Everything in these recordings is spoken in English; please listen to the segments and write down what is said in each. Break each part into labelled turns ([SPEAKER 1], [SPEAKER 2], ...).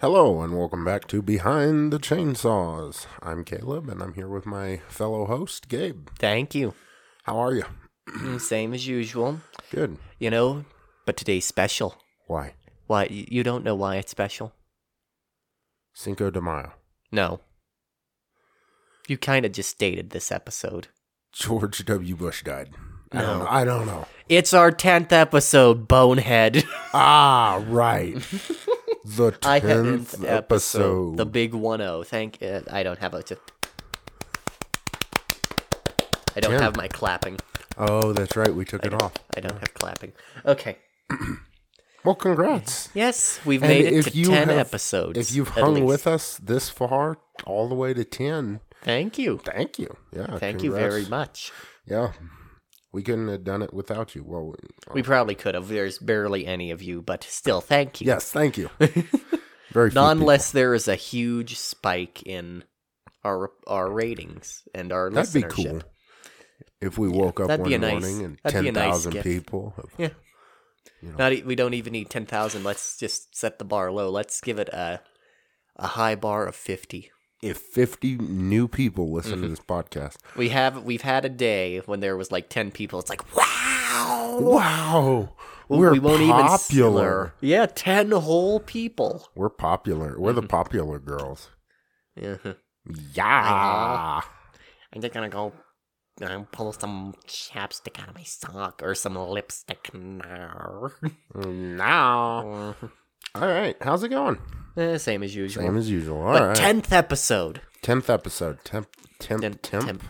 [SPEAKER 1] Hello, and welcome back to Behind the Chainsaws. I'm Caleb, and I'm here with my fellow host, Gabe.
[SPEAKER 2] Thank you.
[SPEAKER 1] How are you?
[SPEAKER 2] Mm, Same as usual.
[SPEAKER 1] Good.
[SPEAKER 2] You know, but today's special.
[SPEAKER 1] Why?
[SPEAKER 2] Why? y- You don't know why it's special?
[SPEAKER 1] Cinco de Mayo.
[SPEAKER 2] No. You kind of just dated this episode.
[SPEAKER 1] George W. Bush died. I don't
[SPEAKER 2] No.
[SPEAKER 1] know. I don't know.
[SPEAKER 2] It's our 10th episode, Bonehead.
[SPEAKER 1] Ah, right. the
[SPEAKER 2] I
[SPEAKER 1] 10th episode.
[SPEAKER 2] The big 1 0. Thank uh, I don't have a. T- I don't
[SPEAKER 1] Yeah.
[SPEAKER 2] have my clapping.
[SPEAKER 1] oh, that's right. We took it off.
[SPEAKER 2] I don't have clapping. Okay.
[SPEAKER 1] Well, congrats.
[SPEAKER 2] Yes, we've
[SPEAKER 1] And
[SPEAKER 2] made it
[SPEAKER 1] if
[SPEAKER 2] to
[SPEAKER 1] you
[SPEAKER 2] 10
[SPEAKER 1] have-
[SPEAKER 2] episodes.
[SPEAKER 1] If you've
[SPEAKER 2] at
[SPEAKER 1] hung
[SPEAKER 2] least.
[SPEAKER 1] with us this far, all the way to 10,
[SPEAKER 2] Thank you.
[SPEAKER 1] thank you. Yeah.
[SPEAKER 2] Thank you
[SPEAKER 1] congrats.
[SPEAKER 2] very much.
[SPEAKER 1] Yeah. We couldn't have done it without you. Well,
[SPEAKER 2] We probably could have. There's barely any of you, but still, thank you.
[SPEAKER 1] Yes, thank you. Very few
[SPEAKER 2] Not unless there is a huge spike in our our ratings and our
[SPEAKER 1] people. that'd be
[SPEAKER 2] listenership.
[SPEAKER 1] cool. If we woke up
[SPEAKER 2] that'd
[SPEAKER 1] one
[SPEAKER 2] be a nice-
[SPEAKER 1] morning and
[SPEAKER 2] that'd be a
[SPEAKER 1] ten
[SPEAKER 2] nice
[SPEAKER 1] thousand
[SPEAKER 2] gift.
[SPEAKER 1] people,
[SPEAKER 2] Yeah. Not e- we don't even need ten thousand. Let's just set the bar low. Let's give it a a high bar of fifty.
[SPEAKER 1] if fifty new people listen
[SPEAKER 2] Mm-hmm.
[SPEAKER 1] to this podcast,
[SPEAKER 2] We have we've had a day when there was like ten people. It's like wow,
[SPEAKER 1] wow, we're
[SPEAKER 2] we won't even s-
[SPEAKER 1] popular.
[SPEAKER 2] yeah, ten whole people.
[SPEAKER 1] we're popular. We're the
[SPEAKER 2] Mm-hmm.
[SPEAKER 1] popular girls.
[SPEAKER 2] Yeah.
[SPEAKER 1] Yeah.
[SPEAKER 2] I'm just gonna go uh, pull some chapstick out of my sock or some lipstick now.
[SPEAKER 1] Now,
[SPEAKER 2] Uh,
[SPEAKER 1] all right. How's it going?
[SPEAKER 2] eh, same as usual.
[SPEAKER 1] Same as usual. All
[SPEAKER 2] but
[SPEAKER 1] right.
[SPEAKER 2] tenth episode.
[SPEAKER 1] tenth episode. Temp. Temp.
[SPEAKER 2] Temp-
[SPEAKER 1] Temp.
[SPEAKER 2] temp.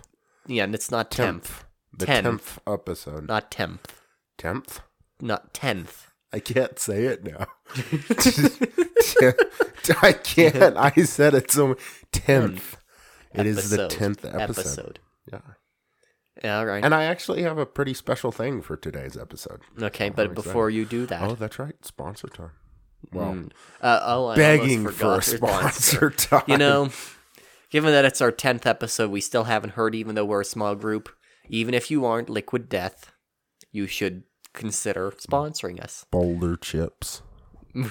[SPEAKER 2] Yeah, and it's not
[SPEAKER 1] Temp.
[SPEAKER 2] tenth,
[SPEAKER 1] The
[SPEAKER 2] Ten.
[SPEAKER 1] tenth episode.
[SPEAKER 2] not tenth,
[SPEAKER 1] Tenth.
[SPEAKER 2] not tenth.
[SPEAKER 1] I can't say it now. I can't. I said it so tenth. It is the tenth episode. Yeah.
[SPEAKER 2] Yeah, all right.
[SPEAKER 1] And I actually have a pretty special thing for today's episode.
[SPEAKER 2] okay, but
[SPEAKER 1] excited.
[SPEAKER 2] before you do that,
[SPEAKER 1] Oh, that's right. Sponsor time. Well,
[SPEAKER 2] Mm. uh, oh, I
[SPEAKER 1] begging
[SPEAKER 2] almost
[SPEAKER 1] for a
[SPEAKER 2] forgot your
[SPEAKER 1] sponsor time.
[SPEAKER 2] You know, given that it's our 10th episode, we still haven't heard, even though we're a small group. Even if you aren't Liquid Death, you should consider
[SPEAKER 1] Mm.
[SPEAKER 2] sponsoring us.
[SPEAKER 1] Boulder chips.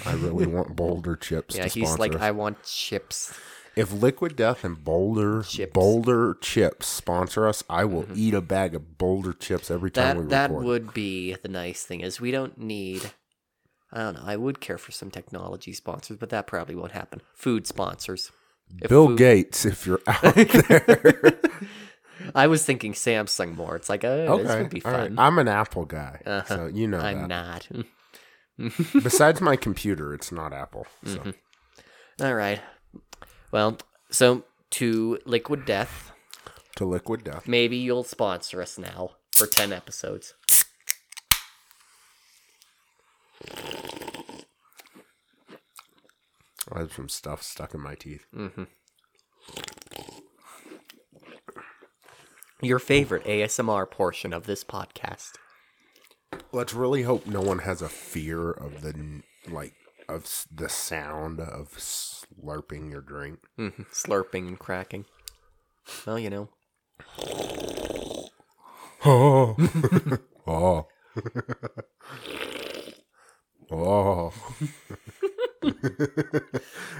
[SPEAKER 1] I really want Boulder chips
[SPEAKER 2] Yeah,
[SPEAKER 1] to
[SPEAKER 2] he's
[SPEAKER 1] sponsor.
[SPEAKER 2] like,
[SPEAKER 1] us.
[SPEAKER 2] I want chips.
[SPEAKER 1] if Liquid Death and Boulder
[SPEAKER 2] Chips. Mm-hmm.
[SPEAKER 1] Boulder chips sponsor us, I will eat a bag of Boulder chips every time we
[SPEAKER 2] That
[SPEAKER 1] record.
[SPEAKER 2] that would be the nice thing is we don't need. I don't know. I would care for some technology sponsors, but that probably won't happen. Food sponsors. If
[SPEAKER 1] Bill
[SPEAKER 2] food-
[SPEAKER 1] Gates, if you're out there.
[SPEAKER 2] I was thinking Samsung more. It's like, oh,
[SPEAKER 1] okay.
[SPEAKER 2] this would be
[SPEAKER 1] all right.
[SPEAKER 2] fun.
[SPEAKER 1] I'm an Apple guy.
[SPEAKER 2] Uh-huh.
[SPEAKER 1] So you know
[SPEAKER 2] I'm
[SPEAKER 1] that.
[SPEAKER 2] not.
[SPEAKER 1] Besides my computer, it's not Apple. So
[SPEAKER 2] Mm-hmm. All right. Well, so to Liquid Death,
[SPEAKER 1] to Liquid Death.
[SPEAKER 2] maybe you'll sponsor us now for 10 episodes.
[SPEAKER 1] I have some stuff stuck in my teeth.
[SPEAKER 2] Mm. Your favorite ASMR portion of this podcast.
[SPEAKER 1] Let's really hope no one has a fear of the n- like of s- the sound of slurping your drink.
[SPEAKER 2] hmm Slurping and cracking. Well, you know, Mm.
[SPEAKER 1] Oh. oh. oh.
[SPEAKER 2] All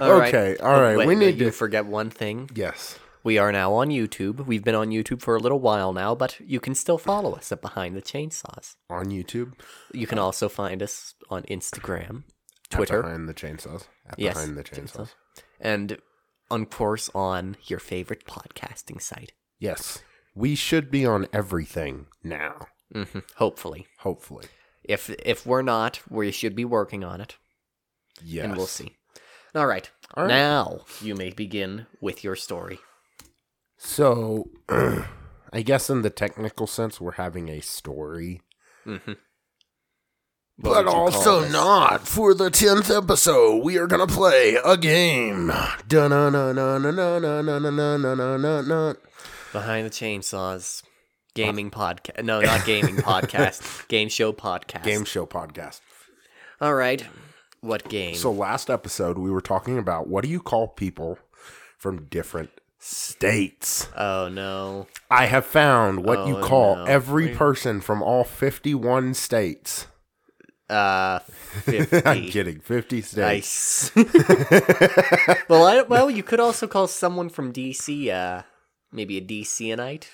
[SPEAKER 2] right.
[SPEAKER 1] Okay, all right,
[SPEAKER 2] Wait,
[SPEAKER 1] we
[SPEAKER 2] no,
[SPEAKER 1] need
[SPEAKER 2] you
[SPEAKER 1] to-
[SPEAKER 2] forget one thing.
[SPEAKER 1] Yes.
[SPEAKER 2] We are now on YouTube. We've been on YouTube for a little while now, but you can still follow us at Behind the Chainsaws.
[SPEAKER 1] On YouTube.
[SPEAKER 2] You can also find us on Instagram,
[SPEAKER 1] at
[SPEAKER 2] Twitter,
[SPEAKER 1] Behind the chainsaws. At
[SPEAKER 2] Yes,
[SPEAKER 1] Behind the chainsaws.
[SPEAKER 2] and of course on your favorite podcasting site.
[SPEAKER 1] Yes. We should be on everything now, Mm-hmm.
[SPEAKER 2] hmm Hopefully,
[SPEAKER 1] hopefully.
[SPEAKER 2] if if we're not, we should be working on it,
[SPEAKER 1] Yes.
[SPEAKER 2] and we'll see. All right.
[SPEAKER 1] All right.
[SPEAKER 2] Now you may begin with your story.
[SPEAKER 1] So, I guess in the technical sense, we're having a story.
[SPEAKER 2] Mm-hmm.
[SPEAKER 1] But also not for the 10th episode. We are going to play a game. Dun na na na na na na na na na na na na.
[SPEAKER 2] Behind the Chainsaws gaming podcast. No, not gaming podcast. Game show podcast.
[SPEAKER 1] Game show podcast.
[SPEAKER 2] All right. What game?
[SPEAKER 1] So, last episode, we were talking about what do you call people from different states?
[SPEAKER 2] oh no.
[SPEAKER 1] I have found what you
[SPEAKER 2] Oh,
[SPEAKER 1] call
[SPEAKER 2] no.
[SPEAKER 1] every person from all 51 states.
[SPEAKER 2] Uh, 50.
[SPEAKER 1] I'm kidding. 50 states.
[SPEAKER 2] Nice. well, I, well, you could also call someone from DC, uh, maybe a DCanite.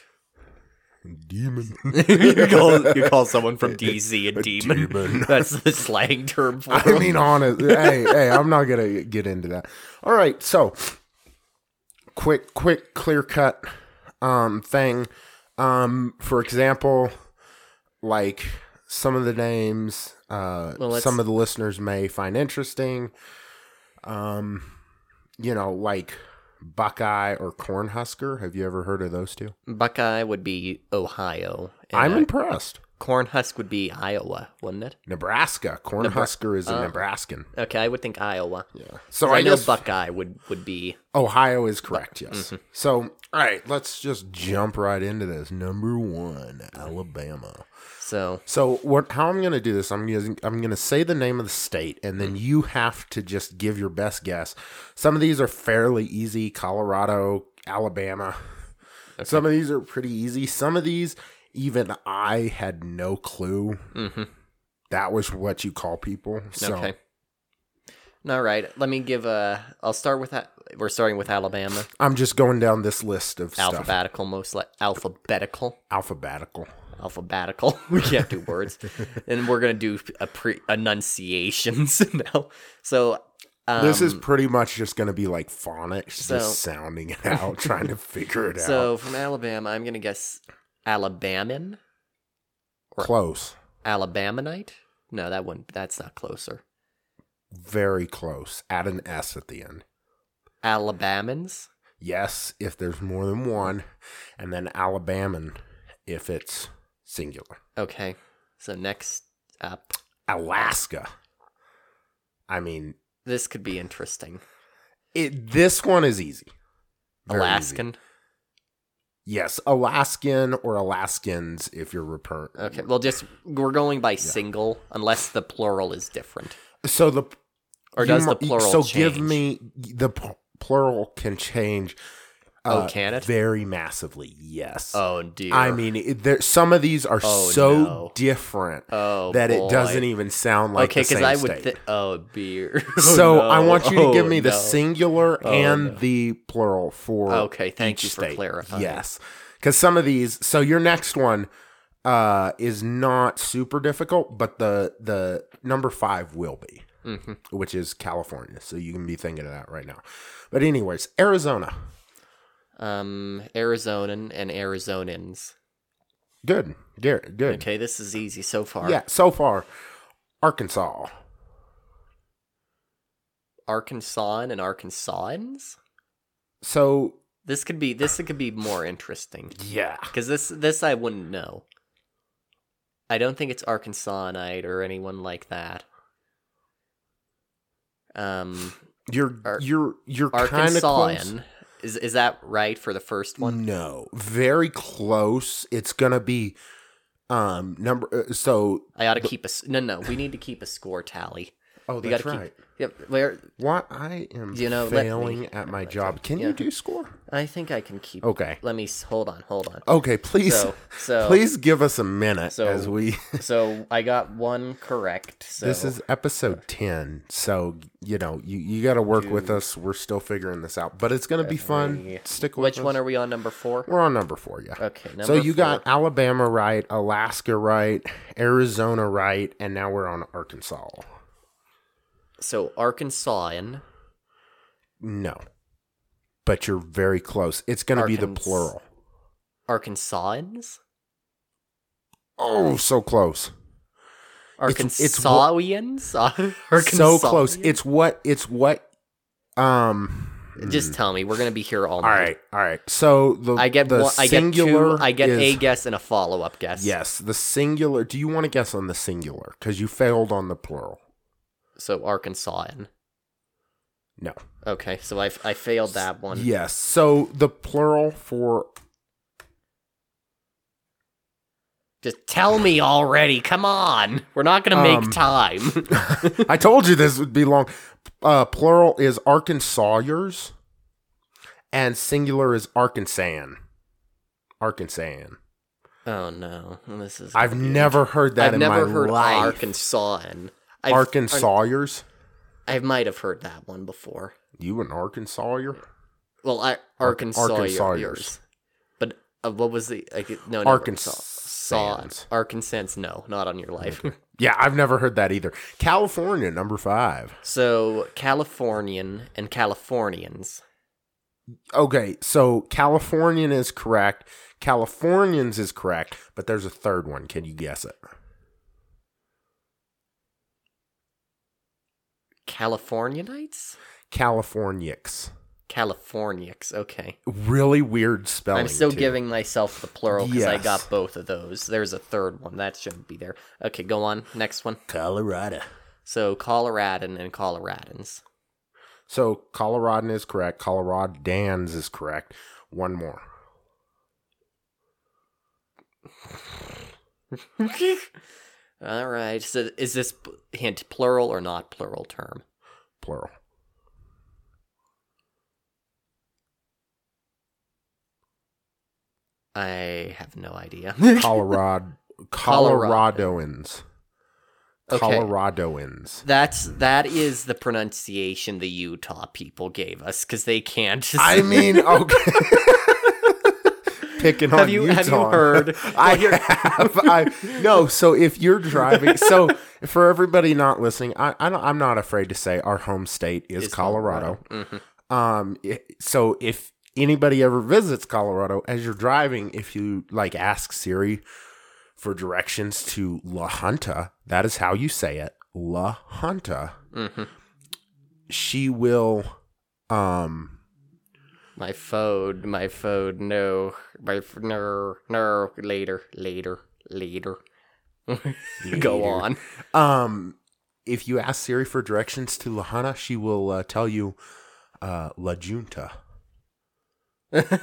[SPEAKER 1] Demon.
[SPEAKER 2] you call you call someone from DC a, demon.
[SPEAKER 1] demon.
[SPEAKER 2] That's the slang term for
[SPEAKER 1] I
[SPEAKER 2] him.
[SPEAKER 1] mean, honest. hey, hey, I'm not gonna get into that. All right, so quick, quick, clear cut um, thing. Um, for example, like some of the names, uh,
[SPEAKER 2] Well, let's-
[SPEAKER 1] some of the listeners may find interesting. Um, you know, like Buckeye or Cornhusker. Have you ever heard of those two?
[SPEAKER 2] Buckeye would be Ohio. and,
[SPEAKER 1] I'm
[SPEAKER 2] uh,
[SPEAKER 1] impressed.
[SPEAKER 2] Cornhusk would be Iowa, wouldn't it?
[SPEAKER 1] Nebraska. Cornhusker is a Nebraskan.
[SPEAKER 2] Okay, I would think Iowa. Yeah.
[SPEAKER 1] So
[SPEAKER 2] uh, I, know
[SPEAKER 1] guess-
[SPEAKER 2] Buckeye would would be
[SPEAKER 1] Ohio is correct, yes. So, all right, let's just jump right into this. Number one, Alabama.
[SPEAKER 2] so.
[SPEAKER 1] So, what? How I'm going to do this? I'm going I'm going to say the name of the state, and then you have to just give your best guess. Some of these are fairly easy: Colorado, Alabama. Some of these are pretty easy. Some of these, even I had no clue.
[SPEAKER 2] mhm.
[SPEAKER 1] That was what you call people. So,
[SPEAKER 2] Okay. All right. Let me give a. I'll start with that. We're starting with Alabama.
[SPEAKER 1] I'm just going down this list of stuff.
[SPEAKER 2] Alphabetical, most like alphabetical.
[SPEAKER 1] Alphabetical.
[SPEAKER 2] alphabetical. We can't do words, and we're gonna do a pre enunciations now. So um,
[SPEAKER 1] this is pretty much just going to be like phonics,
[SPEAKER 2] so-
[SPEAKER 1] just sounding it out, trying to figure it
[SPEAKER 2] so from Alabama. I'm gonna guess Alabaman,
[SPEAKER 1] out. Close,
[SPEAKER 2] Alabamanite. No, that one. That's not closer.
[SPEAKER 1] very close. Add an S at the end.
[SPEAKER 2] Alabamans.
[SPEAKER 1] Yes, if there's more than one, and then Alabaman, if it's singular.
[SPEAKER 2] Okay. So next up,
[SPEAKER 1] Alaska. I mean,
[SPEAKER 2] this could be interesting.
[SPEAKER 1] it. This one is easy. Very easy.
[SPEAKER 2] Alaskan.
[SPEAKER 1] Yes, Alaskan or Alaskans, if you're refer.
[SPEAKER 2] Okay. Well, just we're going by single, unless the plural is different.
[SPEAKER 1] So the
[SPEAKER 2] Or
[SPEAKER 1] you
[SPEAKER 2] does the
[SPEAKER 1] mu-
[SPEAKER 2] plural
[SPEAKER 1] So give
[SPEAKER 2] change?
[SPEAKER 1] me the pl- plural can change. uh,
[SPEAKER 2] Oh, can it?
[SPEAKER 1] Very massively, yes.
[SPEAKER 2] Oh dear.
[SPEAKER 1] I mean, it- there, some of these are
[SPEAKER 2] Oh,
[SPEAKER 1] so
[SPEAKER 2] no.
[SPEAKER 1] different
[SPEAKER 2] Oh,
[SPEAKER 1] that it
[SPEAKER 2] boy.
[SPEAKER 1] doesn't even sound like
[SPEAKER 2] okay,
[SPEAKER 1] the same
[SPEAKER 2] I would.
[SPEAKER 1] state.
[SPEAKER 2] Th- oh, beer.
[SPEAKER 1] so I
[SPEAKER 2] no.
[SPEAKER 1] want you to give
[SPEAKER 2] Oh,
[SPEAKER 1] me the
[SPEAKER 2] no.
[SPEAKER 1] singular
[SPEAKER 2] Oh,
[SPEAKER 1] and
[SPEAKER 2] no.
[SPEAKER 1] the plural for
[SPEAKER 2] Okay, thank
[SPEAKER 1] each
[SPEAKER 2] you for
[SPEAKER 1] state.
[SPEAKER 2] clarifying.
[SPEAKER 1] Yes, because some of these. So your next one uh, is not super difficult, but the the number five will be,
[SPEAKER 2] Mhm.
[SPEAKER 1] which is California. So you can be thinking of that right now. But anyways, Arizona,
[SPEAKER 2] Um, Arizonan and Arizonans.
[SPEAKER 1] good, Gar- good.
[SPEAKER 2] Okay, this is easy so far.
[SPEAKER 1] Yeah, so far, Arkansas.
[SPEAKER 2] Arkansas and Arkansans.
[SPEAKER 1] So
[SPEAKER 2] This could be. This could be more interesting
[SPEAKER 1] yeah,
[SPEAKER 2] because this this I wouldn't know. I don't think it's Arkansanite or anyone like that. Um,
[SPEAKER 1] you're
[SPEAKER 2] Ar-
[SPEAKER 1] you're you're kind of close.
[SPEAKER 2] Arkansan. Is is that right for the first one?
[SPEAKER 1] No, very close. It's gonna be um number. uh, So
[SPEAKER 2] I ought to keep a s- no no. We need to keep a score tally.
[SPEAKER 1] oh,
[SPEAKER 2] We
[SPEAKER 1] that's
[SPEAKER 2] gotta keep-
[SPEAKER 1] right.
[SPEAKER 2] Yep. Where
[SPEAKER 1] What I am
[SPEAKER 2] You know, let me-
[SPEAKER 1] failing at my job. Can
[SPEAKER 2] yeah.
[SPEAKER 1] you do score?
[SPEAKER 2] I think I can keep.
[SPEAKER 1] Okay.
[SPEAKER 2] Let me s- hold on. Hold on.
[SPEAKER 1] Okay, please,
[SPEAKER 2] So so
[SPEAKER 1] please give us a minute
[SPEAKER 2] So-
[SPEAKER 1] as we.
[SPEAKER 2] So I got one correct. So
[SPEAKER 1] This is episode ten, so you know you you got to work with us. We're still figuring this out, but it's gonna be fun. Stick with
[SPEAKER 2] which one
[SPEAKER 1] us.
[SPEAKER 2] are we on? Number four.
[SPEAKER 1] We're on number four, yeah.
[SPEAKER 2] Okay. Number
[SPEAKER 1] so you
[SPEAKER 2] four.
[SPEAKER 1] got Alabama right, Alaska right, Arizona right, and now we're on Arkansas.
[SPEAKER 2] so Arkansan.
[SPEAKER 1] No, but you're very close. It's going to be the
[SPEAKER 2] Arkans.
[SPEAKER 1] plural.
[SPEAKER 2] Arkansans.
[SPEAKER 1] Oh, so close. It's- it's wha-
[SPEAKER 2] Arkansasians.
[SPEAKER 1] So close.
[SPEAKER 2] Arkansasians?
[SPEAKER 1] It's what. It's what. Um.
[SPEAKER 2] just tell me. We're gonna be here all
[SPEAKER 1] All
[SPEAKER 2] night.
[SPEAKER 1] right. All right. So the
[SPEAKER 2] I get
[SPEAKER 1] the
[SPEAKER 2] one. I get
[SPEAKER 1] singular.
[SPEAKER 2] two. I get
[SPEAKER 1] is-
[SPEAKER 2] a guess and a follow up guess.
[SPEAKER 1] Yes, the singular. Do you want to guess on the singular? Because you failed on the plural.
[SPEAKER 2] So Arkansan.
[SPEAKER 1] No.
[SPEAKER 2] Okay. So I I failed that one.
[SPEAKER 1] Yes. So the plural for
[SPEAKER 2] Just tell me already. Come on. We're not gonna make
[SPEAKER 1] Um,
[SPEAKER 2] time.
[SPEAKER 1] I told you this would be long. Uh, plural is Arkansasers, and singular is Arkansan. Arkansan.
[SPEAKER 2] Oh no, this is.
[SPEAKER 1] I've never heard that
[SPEAKER 2] I've
[SPEAKER 1] in
[SPEAKER 2] never
[SPEAKER 1] my
[SPEAKER 2] heard
[SPEAKER 1] life.
[SPEAKER 2] Arkansas. I've,
[SPEAKER 1] Arkansasiers?
[SPEAKER 2] I might have heard that one before.
[SPEAKER 1] You an Arkansasier?
[SPEAKER 2] Well, I Arkansas
[SPEAKER 1] Arkansasiers.
[SPEAKER 2] yours. But uh, what was the like, no no
[SPEAKER 1] Arkansans.
[SPEAKER 2] Arkansas Arkansans? No, not on your life.
[SPEAKER 1] Yeah, I've never heard that either. California, number five.
[SPEAKER 2] so Californian and Californians.
[SPEAKER 1] Okay, so Californian is correct. Californians is correct, but there's a third one. Can you guess it?
[SPEAKER 2] Californianites?
[SPEAKER 1] Californics.
[SPEAKER 2] Californiacs, okay.
[SPEAKER 1] Really weird spelling.
[SPEAKER 2] I'm still
[SPEAKER 1] too.
[SPEAKER 2] giving myself the plural because I
[SPEAKER 1] Yes.
[SPEAKER 2] got both of those. There's a third one. That shouldn't be there. Okay, go on. Next one.
[SPEAKER 1] Colorado.
[SPEAKER 2] So Coloradan and Coloradans.
[SPEAKER 1] So Coloradan is correct. Coloradans is correct. One more.
[SPEAKER 2] All right. So is this p- hint plural or not plural term?
[SPEAKER 1] Plural.
[SPEAKER 2] I have no idea.
[SPEAKER 1] Colorado Coloradoans.
[SPEAKER 2] Okay.
[SPEAKER 1] Coloradoans.
[SPEAKER 2] That's that is the pronunciation the Utah people gave us because they can't.
[SPEAKER 1] I mean, okay. Picking
[SPEAKER 2] have
[SPEAKER 1] on
[SPEAKER 2] you
[SPEAKER 1] Utah.
[SPEAKER 2] have you heard?
[SPEAKER 1] I have. I no. So if you're driving, so for everybody not listening, I, I don't, I'm not afraid to say our home state is,
[SPEAKER 2] Is
[SPEAKER 1] Colorado.
[SPEAKER 2] Mhm.
[SPEAKER 1] Um. i- So if anybody ever visits Colorado, as you're driving, if you like ask Siri for directions to La Junta, that is how you say it, La Junta.
[SPEAKER 2] Mhm.
[SPEAKER 1] She will. Um.
[SPEAKER 2] My phone, my phone. No, my f- no, no. Later, later, later. Go
[SPEAKER 1] Later.
[SPEAKER 2] on.
[SPEAKER 1] Um, if you ask Siri for directions to Lahana, she will uh, tell you uh, La Junta.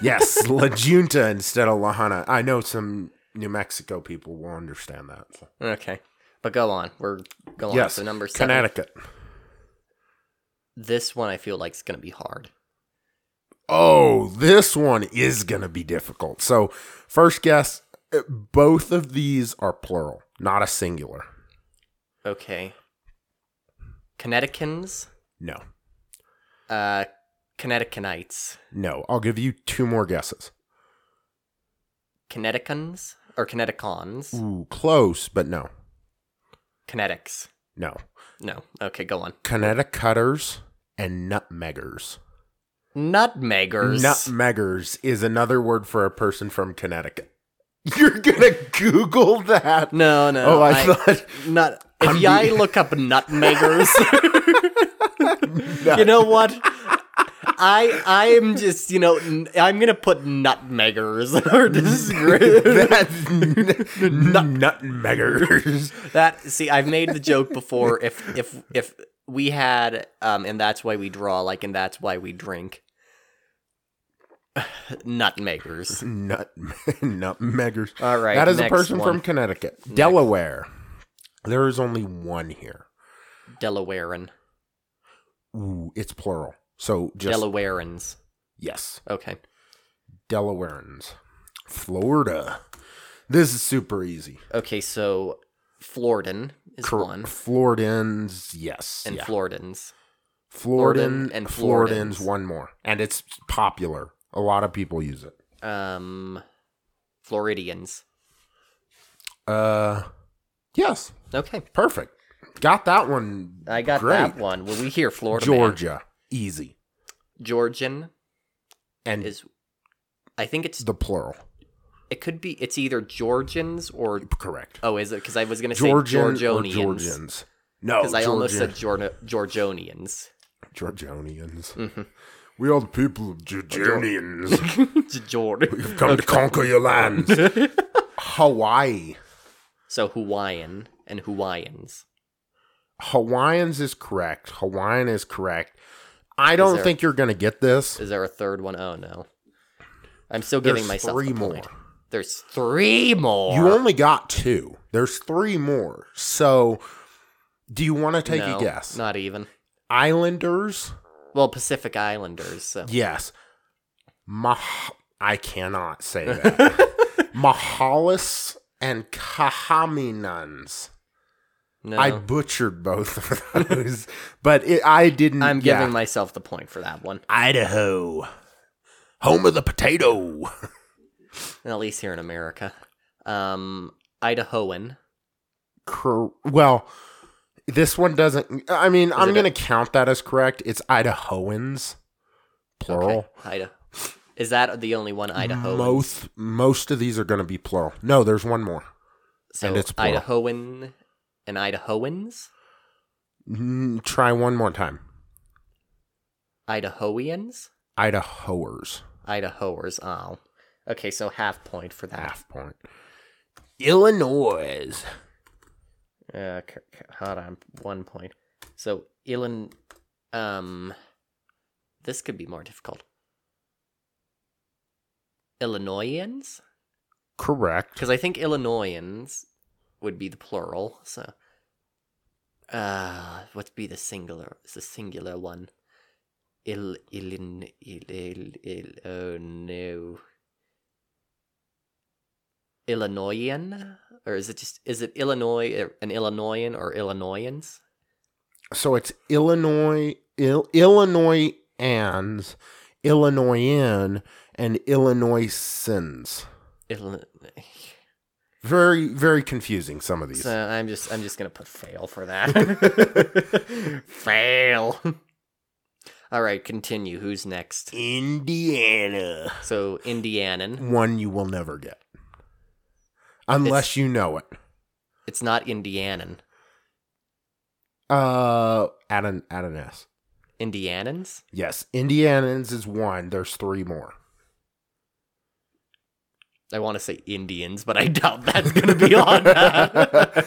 [SPEAKER 1] yes, La Junta instead of Lahana. I know some New Mexico people will understand that.
[SPEAKER 2] Okay, but go on. We're going.
[SPEAKER 1] yes,
[SPEAKER 2] So number seven.
[SPEAKER 1] Connecticut.
[SPEAKER 2] This one I feel like is gonna be hard.
[SPEAKER 1] Oh, this one is going to be difficult. So, first guess uh, both of these are plural, not a singular.
[SPEAKER 2] Okay. Connecticutans,
[SPEAKER 1] No,
[SPEAKER 2] uh, Connecticutites,
[SPEAKER 1] no. I'll give you two more guesses.
[SPEAKER 2] Connecticutans or Connecticons,
[SPEAKER 1] Ooh, close, but no,
[SPEAKER 2] Kinetics.
[SPEAKER 1] no.
[SPEAKER 2] No. Okay, go on.
[SPEAKER 1] Connecticuters and nutmeggers.
[SPEAKER 2] Nutmeggers.
[SPEAKER 1] Nutmeggers is another word for a person from Connecticut. You're gonna Google that?
[SPEAKER 2] no, no.
[SPEAKER 1] oh, I, thought
[SPEAKER 2] Nut. If
[SPEAKER 1] I'm
[SPEAKER 2] I
[SPEAKER 1] be-
[SPEAKER 2] look up nutmeggers, you know what? I I am just you know n- I'm gonna put nutmeggers or just
[SPEAKER 1] that nutmeggers.
[SPEAKER 2] that see I've made the joke before if if if we had um and that's why we draw like and that's why we drink nutmeggers.
[SPEAKER 1] Nut nutmeggers.
[SPEAKER 2] All right,
[SPEAKER 1] that is a
[SPEAKER 2] next
[SPEAKER 1] person
[SPEAKER 2] one.
[SPEAKER 1] from Connecticut, Delaware. There is only one here.
[SPEAKER 2] Delawarean,
[SPEAKER 1] Ooh, it's plural. So just
[SPEAKER 2] Delawareans.
[SPEAKER 1] yes.
[SPEAKER 2] Okay,
[SPEAKER 1] Delawareans. Florida. This is super easy.
[SPEAKER 2] okay. So Floridan is
[SPEAKER 1] Cor-
[SPEAKER 2] one,
[SPEAKER 1] Floridans, yes.
[SPEAKER 2] and
[SPEAKER 1] yeah.
[SPEAKER 2] Floridans.
[SPEAKER 1] Floridan
[SPEAKER 2] Floridan and
[SPEAKER 1] Floridans,
[SPEAKER 2] Floridans.
[SPEAKER 1] one more. And it's popular. A lot of people use it.
[SPEAKER 2] Um, Floridians.
[SPEAKER 1] Uh yes.
[SPEAKER 2] Okay,
[SPEAKER 1] Perfect. Got that one.
[SPEAKER 2] I got
[SPEAKER 1] Great.
[SPEAKER 2] that one. Well, we hear Florida man.
[SPEAKER 1] Georgia. Easy.
[SPEAKER 2] Georgian
[SPEAKER 1] And
[SPEAKER 2] is, I think it's
[SPEAKER 1] the plural.
[SPEAKER 2] it could be it's either Georgians or
[SPEAKER 1] Correct.
[SPEAKER 2] oh is it because I was gonna say
[SPEAKER 1] Georgian or
[SPEAKER 2] Georgionians
[SPEAKER 1] Georgians. No,
[SPEAKER 2] because I almost said
[SPEAKER 1] Georgian-
[SPEAKER 2] Georgia, Georgionians.
[SPEAKER 1] Georgianians.
[SPEAKER 2] Mhm.
[SPEAKER 1] We are the people of
[SPEAKER 2] Oh,
[SPEAKER 1] Georgianians.
[SPEAKER 2] Georgia.
[SPEAKER 1] We've come to conquer your lands. Hawaii.
[SPEAKER 2] So Hawaiian and Hawaiians.
[SPEAKER 1] Hawaiians is correct. Hawaiian is correct. I don't
[SPEAKER 2] there-
[SPEAKER 1] think you're going to get this.
[SPEAKER 2] Is there a third one? Oh no, I'm still
[SPEAKER 1] There's
[SPEAKER 2] giving myself
[SPEAKER 1] three
[SPEAKER 2] the
[SPEAKER 1] more.
[SPEAKER 2] point. There's three more.
[SPEAKER 1] You only got two. There's three more. So, do you want to take
[SPEAKER 2] No,
[SPEAKER 1] a guess?
[SPEAKER 2] Not even.
[SPEAKER 1] Islanders?
[SPEAKER 2] Well, Pacific Islanders. So.
[SPEAKER 1] Yes. Mah. I cannot say that. Mahalis and Kahaminuns.
[SPEAKER 2] No,
[SPEAKER 1] I
[SPEAKER 2] I,
[SPEAKER 1] butchered both of those, but it, I didn't.
[SPEAKER 2] am
[SPEAKER 1] yeah.
[SPEAKER 2] giving myself the point for that one.
[SPEAKER 3] Idaho, home of the potato.
[SPEAKER 2] At least here in America. Um, Idahoan.
[SPEAKER 1] cor- well. This one doesn't. I mean,
[SPEAKER 2] it
[SPEAKER 1] I'm
[SPEAKER 2] a-
[SPEAKER 1] going to count that as correct. It's Idahoans, plural.
[SPEAKER 2] Okay. Ida. Is that the only one Idahoan?
[SPEAKER 1] Most most of these are going to be plural. No, there's one more.
[SPEAKER 2] so
[SPEAKER 1] and it's plural.
[SPEAKER 2] Idahoan and Idahoans?
[SPEAKER 1] Mm, try one more time.
[SPEAKER 2] Idahoians?
[SPEAKER 1] Idahoers.
[SPEAKER 2] Idahoers. Oh. Okay, so half point for that.
[SPEAKER 1] Half point.
[SPEAKER 3] Illinois.
[SPEAKER 2] Uh, c- c- hold on, one point. So Elon, um, this could be more difficult. Illinoisans,
[SPEAKER 1] Correct.
[SPEAKER 2] because I think Illinoisans would be the plural. So, uh, what'd be the singular? The singular one. Il, Illin, il, il, il, oh no. Illinoisan, or is it just is it Illinois er, an Illinoisan or Illinoisans?
[SPEAKER 1] So it's Illinois, Il- Illinoisans, Illinoisan, and Illinoisans.
[SPEAKER 2] Illinois.
[SPEAKER 1] Very, very confusing. Some of these.
[SPEAKER 2] So I'm just I'm just gonna put fail for that. fail. All right, continue. Who's next?
[SPEAKER 3] Indiana.
[SPEAKER 2] So Indianan.
[SPEAKER 1] one you will never get, unless you know it.
[SPEAKER 2] It's not Indianan.
[SPEAKER 1] Uh, add an add an S.
[SPEAKER 2] Indianans.
[SPEAKER 1] Yes, Indianans is one. There's three more.
[SPEAKER 2] I want to say Indians, but I doubt that's gonna be on. that.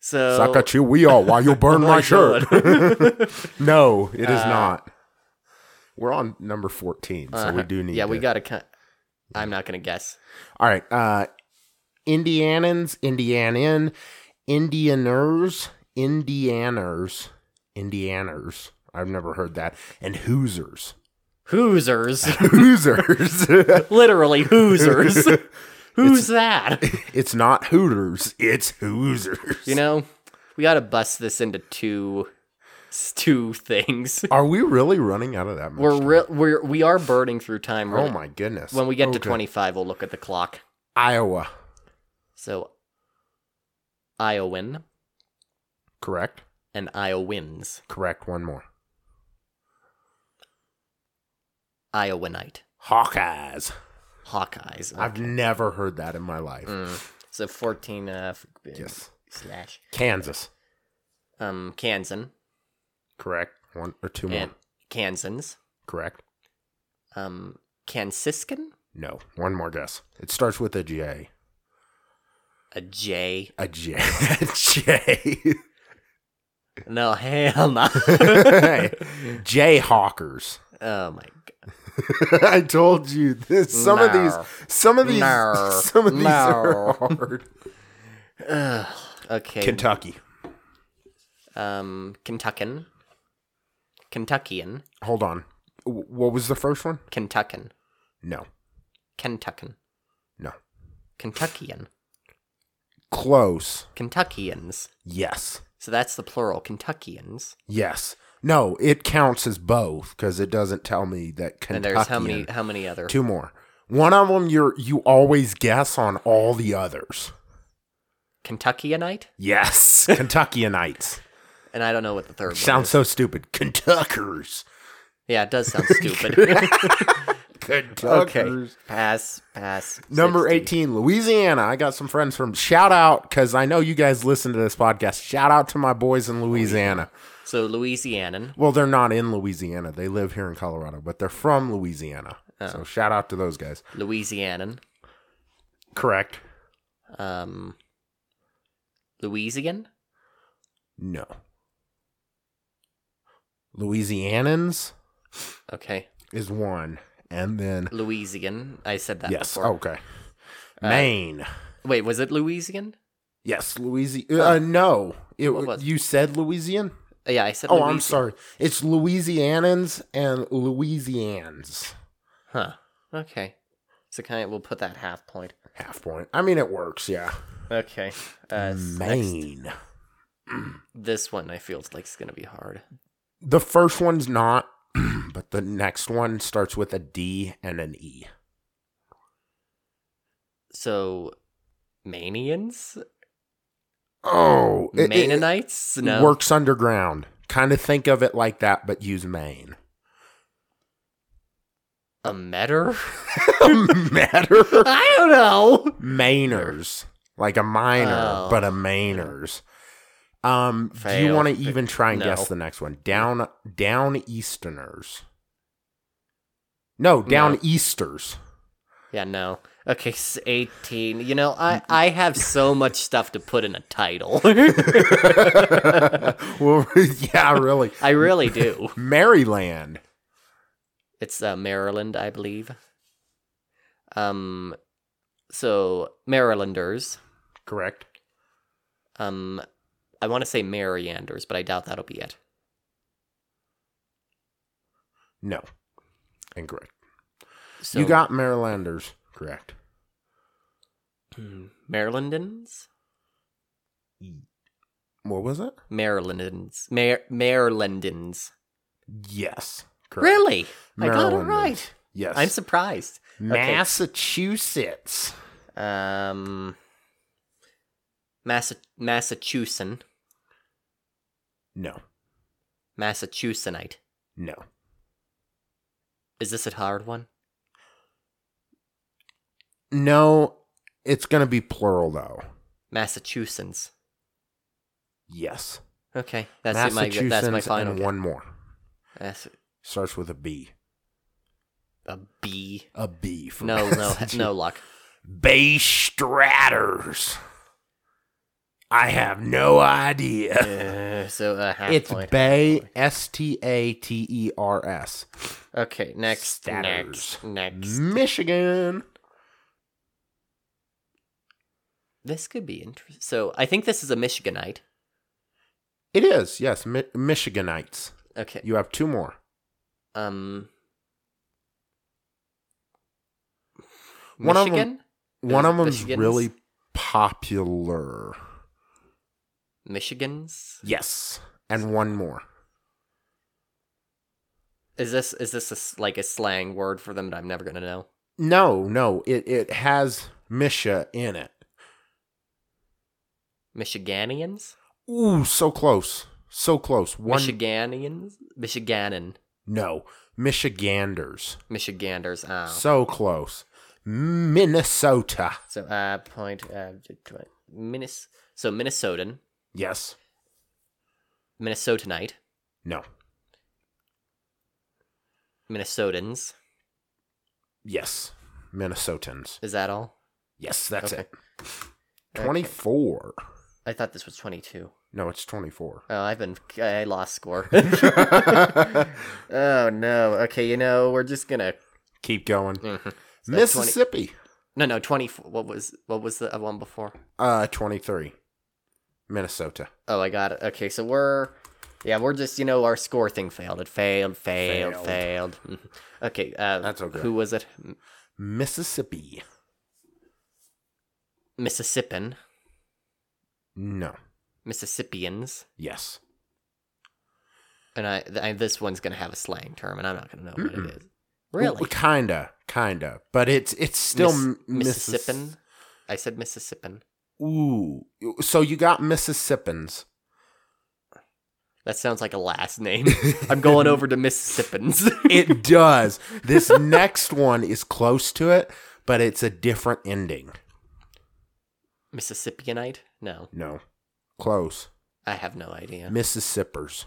[SPEAKER 2] so
[SPEAKER 1] Suck at you, we all while you burn
[SPEAKER 2] Oh. my
[SPEAKER 1] my shirt.
[SPEAKER 2] God.
[SPEAKER 1] no, it is
[SPEAKER 2] Uh,
[SPEAKER 1] not. We're on number fourteen, so we do need.
[SPEAKER 2] uh, Yeah, we
[SPEAKER 1] to-
[SPEAKER 2] gotta. cut I'm not gonna guess.
[SPEAKER 1] All right. Uh Indianans, Indianan, Indianers, Indianers, Indianers. I've never heard that. And Hoosers.
[SPEAKER 2] Hoosers.
[SPEAKER 1] Hoosers.
[SPEAKER 2] Literally Hoosers. Who's that?
[SPEAKER 1] it's not Hooters, it's Hoosers.
[SPEAKER 2] You know, we gotta bust this into two, s- two things.
[SPEAKER 1] Are we really running out of that much?
[SPEAKER 2] We're
[SPEAKER 1] time?
[SPEAKER 2] real. We're we are burning through time.
[SPEAKER 1] Oh
[SPEAKER 2] really.
[SPEAKER 1] my goodness.
[SPEAKER 2] When we get to
[SPEAKER 1] Okay.
[SPEAKER 2] twenty five, we'll look at the clock.
[SPEAKER 1] Iowa,
[SPEAKER 2] So, Iowan
[SPEAKER 1] correct?
[SPEAKER 2] and Iowans,
[SPEAKER 1] Correct, one more.
[SPEAKER 2] Iowanite,
[SPEAKER 1] Hawkeyes.
[SPEAKER 2] Hawkeyes.
[SPEAKER 1] I've never heard that in my life.
[SPEAKER 2] Mm. So fourteen. Uh, f-
[SPEAKER 1] Yes.
[SPEAKER 2] Slash.
[SPEAKER 1] Kansas,
[SPEAKER 2] Um, Kansan
[SPEAKER 1] correct? One or two more,
[SPEAKER 2] and Kansans.
[SPEAKER 1] correct?
[SPEAKER 2] Um, Kansiskan,
[SPEAKER 1] No, one more guess. It starts with a J.
[SPEAKER 2] a J.
[SPEAKER 1] A J. A J.
[SPEAKER 2] No, hell no.
[SPEAKER 1] J Hawkers.
[SPEAKER 2] oh my. God.
[SPEAKER 1] I told you this. Some of
[SPEAKER 2] No.
[SPEAKER 1] these, some of these,
[SPEAKER 2] No.
[SPEAKER 1] some of these
[SPEAKER 2] No.
[SPEAKER 1] are hard.
[SPEAKER 2] Ugh. Okay.
[SPEAKER 1] Kentucky.
[SPEAKER 2] um, Kentuckian, Kentuckian,
[SPEAKER 1] Hold on. W- What was the first one?
[SPEAKER 2] Kentuckian,
[SPEAKER 1] No,
[SPEAKER 2] Kentuckian,
[SPEAKER 1] no.
[SPEAKER 2] Kentuckian,
[SPEAKER 1] Close.
[SPEAKER 2] Kentuckians.
[SPEAKER 1] Yes,
[SPEAKER 2] So that's the plural, Kentuckians.
[SPEAKER 1] yes. No, it counts as both because it doesn't tell me that Kentucky.
[SPEAKER 2] And there's how many? How many other?
[SPEAKER 1] Two more. One of them you you always guess on all the others.
[SPEAKER 2] Kentuckianite,
[SPEAKER 1] Yes, Kentuckianites.
[SPEAKER 2] and I don't know what the third one.
[SPEAKER 1] Sounds so stupid. Kentuckers.
[SPEAKER 2] Is. Yeah, it does sound stupid. okay,
[SPEAKER 1] Kentuckers.
[SPEAKER 2] pass, pass.
[SPEAKER 1] Number
[SPEAKER 2] 60.
[SPEAKER 1] 18, Louisiana. I got some friends from shout out because I know you guys listen to this podcast. Shout out to my boys in Louisiana.
[SPEAKER 2] So Louisianan.
[SPEAKER 1] Well, they're not in Louisiana. They live here in Colorado, but they're from Louisiana.
[SPEAKER 2] Oh.
[SPEAKER 1] So shout out to those guys.
[SPEAKER 2] Louisianan,
[SPEAKER 1] Correct.
[SPEAKER 2] um, Louisian,
[SPEAKER 1] No. Louisianans
[SPEAKER 2] okay,
[SPEAKER 1] is one. And then
[SPEAKER 2] Louisian. I said that
[SPEAKER 1] Yes. Oh.
[SPEAKER 2] before.
[SPEAKER 1] Okay.
[SPEAKER 2] Uh,
[SPEAKER 1] Maine.
[SPEAKER 2] Wait, was it Louisian?
[SPEAKER 1] Yes, Louisiana. Uh, no, it,
[SPEAKER 2] Oh. What was it?
[SPEAKER 1] you said Louisian.
[SPEAKER 2] Uh, Yeah, I said.
[SPEAKER 1] Oh,
[SPEAKER 2] Louisian.
[SPEAKER 1] I'm sorry. It's Louisianans and Louisians.
[SPEAKER 2] Huh. Okay. So kind of, we'll put that half point.
[SPEAKER 1] Half point. I mean, it works. Yeah.
[SPEAKER 2] Okay. Uh, next,
[SPEAKER 1] Maine.
[SPEAKER 2] this one I feel like it's gonna be hard.
[SPEAKER 1] The first one's not, but the next one starts with a D and an E.
[SPEAKER 2] So, Manians,
[SPEAKER 1] Oh, it- it- it
[SPEAKER 2] Manonites. no.
[SPEAKER 1] works underground. Kind of think of it like that, but use Maine.
[SPEAKER 2] A metter?
[SPEAKER 1] Matter.
[SPEAKER 2] I don't know.
[SPEAKER 1] Mainers, like a minor,
[SPEAKER 2] Oh.
[SPEAKER 1] but a Mainers. Um, do you
[SPEAKER 2] Fail.
[SPEAKER 1] want to even try and guess
[SPEAKER 2] No.
[SPEAKER 1] the next one? Down, down Easterners. No, down
[SPEAKER 2] No.
[SPEAKER 1] Easters.
[SPEAKER 2] Yeah, no. Okay, s- 18. You know, I, I have so much stuff to put in a title.
[SPEAKER 1] well, yeah, really.
[SPEAKER 2] I really do.
[SPEAKER 1] Maryland.
[SPEAKER 2] It's uh, Maryland, I believe. Um, so, Marylanders.
[SPEAKER 1] Correct.
[SPEAKER 2] Um, I want to say Maryanders, but I doubt that'll be it.
[SPEAKER 1] No. Incorrect.
[SPEAKER 2] So,
[SPEAKER 1] you got Marylanders. Correct.
[SPEAKER 2] Hmm, Marylandans?
[SPEAKER 1] What was it?
[SPEAKER 2] Marylandans. Mar- Marylandans.
[SPEAKER 1] Yes.
[SPEAKER 2] Really? I got it
[SPEAKER 1] Marylanders.
[SPEAKER 2] right.
[SPEAKER 1] Yes.
[SPEAKER 2] I'm surprised.
[SPEAKER 1] Massachusetts.
[SPEAKER 2] Um, Massa- Massachusetts,
[SPEAKER 1] No.
[SPEAKER 2] Massachusettsite.
[SPEAKER 1] No.
[SPEAKER 2] Is this a hard one?
[SPEAKER 1] No. It's going to be plural, though.
[SPEAKER 2] Massachusetts.
[SPEAKER 1] Yes.
[SPEAKER 2] Okay, that's my
[SPEAKER 1] Massachusetts
[SPEAKER 2] that's my final.
[SPEAKER 1] and
[SPEAKER 2] guess.
[SPEAKER 1] one more.
[SPEAKER 2] That's
[SPEAKER 1] Starts with a B.
[SPEAKER 2] a B.
[SPEAKER 1] A B for
[SPEAKER 2] No, no,
[SPEAKER 1] Massachusetts.
[SPEAKER 2] no luck.
[SPEAKER 1] Bay Stratters. I have no idea.
[SPEAKER 2] Uh, so a half
[SPEAKER 1] It's
[SPEAKER 2] point.
[SPEAKER 1] Bay S T A T E R S.
[SPEAKER 2] okay, next,
[SPEAKER 1] Statters. Mm.
[SPEAKER 2] next, next.
[SPEAKER 1] Michigan.
[SPEAKER 2] This could be interesting. So I think this is a Michiganite.
[SPEAKER 1] It is, yes. Mi- Michiganites.
[SPEAKER 2] Okay.
[SPEAKER 1] You have two more.
[SPEAKER 2] Um.
[SPEAKER 1] One of 'em-
[SPEAKER 2] Michigan.
[SPEAKER 1] One of them's
[SPEAKER 2] Michigans?
[SPEAKER 1] really popular.
[SPEAKER 2] Michigan's.
[SPEAKER 1] Yes. And one more.
[SPEAKER 2] Is this is this a s like a slang word for them that I'm never gonna know?
[SPEAKER 1] No, no. It, it has Misha in it.
[SPEAKER 2] Michiganians,
[SPEAKER 1] Ooh, so close. So close. One.
[SPEAKER 2] Michiganians, Michiganin,
[SPEAKER 1] no. Michiganders.
[SPEAKER 2] Michiganders. Oh, so,
[SPEAKER 1] So close. Minnesota.
[SPEAKER 2] uh, point uh, j- j- Minnes- So Minnesotan,
[SPEAKER 1] Yes.
[SPEAKER 2] Minnesotanite,
[SPEAKER 1] No.
[SPEAKER 2] Minnesotans.
[SPEAKER 1] Yes. Minnesotans.
[SPEAKER 2] Is that all?
[SPEAKER 1] Yes, that's
[SPEAKER 2] Okay.
[SPEAKER 1] it. 24.
[SPEAKER 2] I thought this was 22.
[SPEAKER 1] No, it's 24.
[SPEAKER 2] Oh, I've been I lost score. oh no. Okay, you know we're just gonna
[SPEAKER 1] Keep going.
[SPEAKER 2] Mhm. So 20
[SPEAKER 1] Mississippi.
[SPEAKER 2] no, no, 24. What was what was the one before?
[SPEAKER 1] Uh, 23. Minnesota.
[SPEAKER 2] Oh, I got it. Okay, so we're yeah, we're just you know our score thing failed. It failed, failed,
[SPEAKER 1] Failed.
[SPEAKER 2] failed. Mhm. okay, uh,
[SPEAKER 1] That's okay.
[SPEAKER 2] Who was it?
[SPEAKER 1] Mississippi.
[SPEAKER 2] Mississippian,
[SPEAKER 1] No.
[SPEAKER 2] Mississippians,
[SPEAKER 1] Yes.
[SPEAKER 2] and I, th- I this one's gonna have a slang term, and I'm not gonna know what
[SPEAKER 1] Mm-mm.
[SPEAKER 2] it is. Really,
[SPEAKER 1] W- Kinda. Kinda. But it's it's still
[SPEAKER 2] Miss-
[SPEAKER 1] m- Missis-
[SPEAKER 2] Mississippian. I said Mississippian.
[SPEAKER 1] Ooh. So you got Mississippians.
[SPEAKER 2] That sounds like a last name. I'm going over to Mississippians.
[SPEAKER 1] It does. This next one is close to it, but it's a different ending.
[SPEAKER 2] Mississippianite? No,
[SPEAKER 1] No. Close.
[SPEAKER 2] I have no idea.
[SPEAKER 1] Mississippers.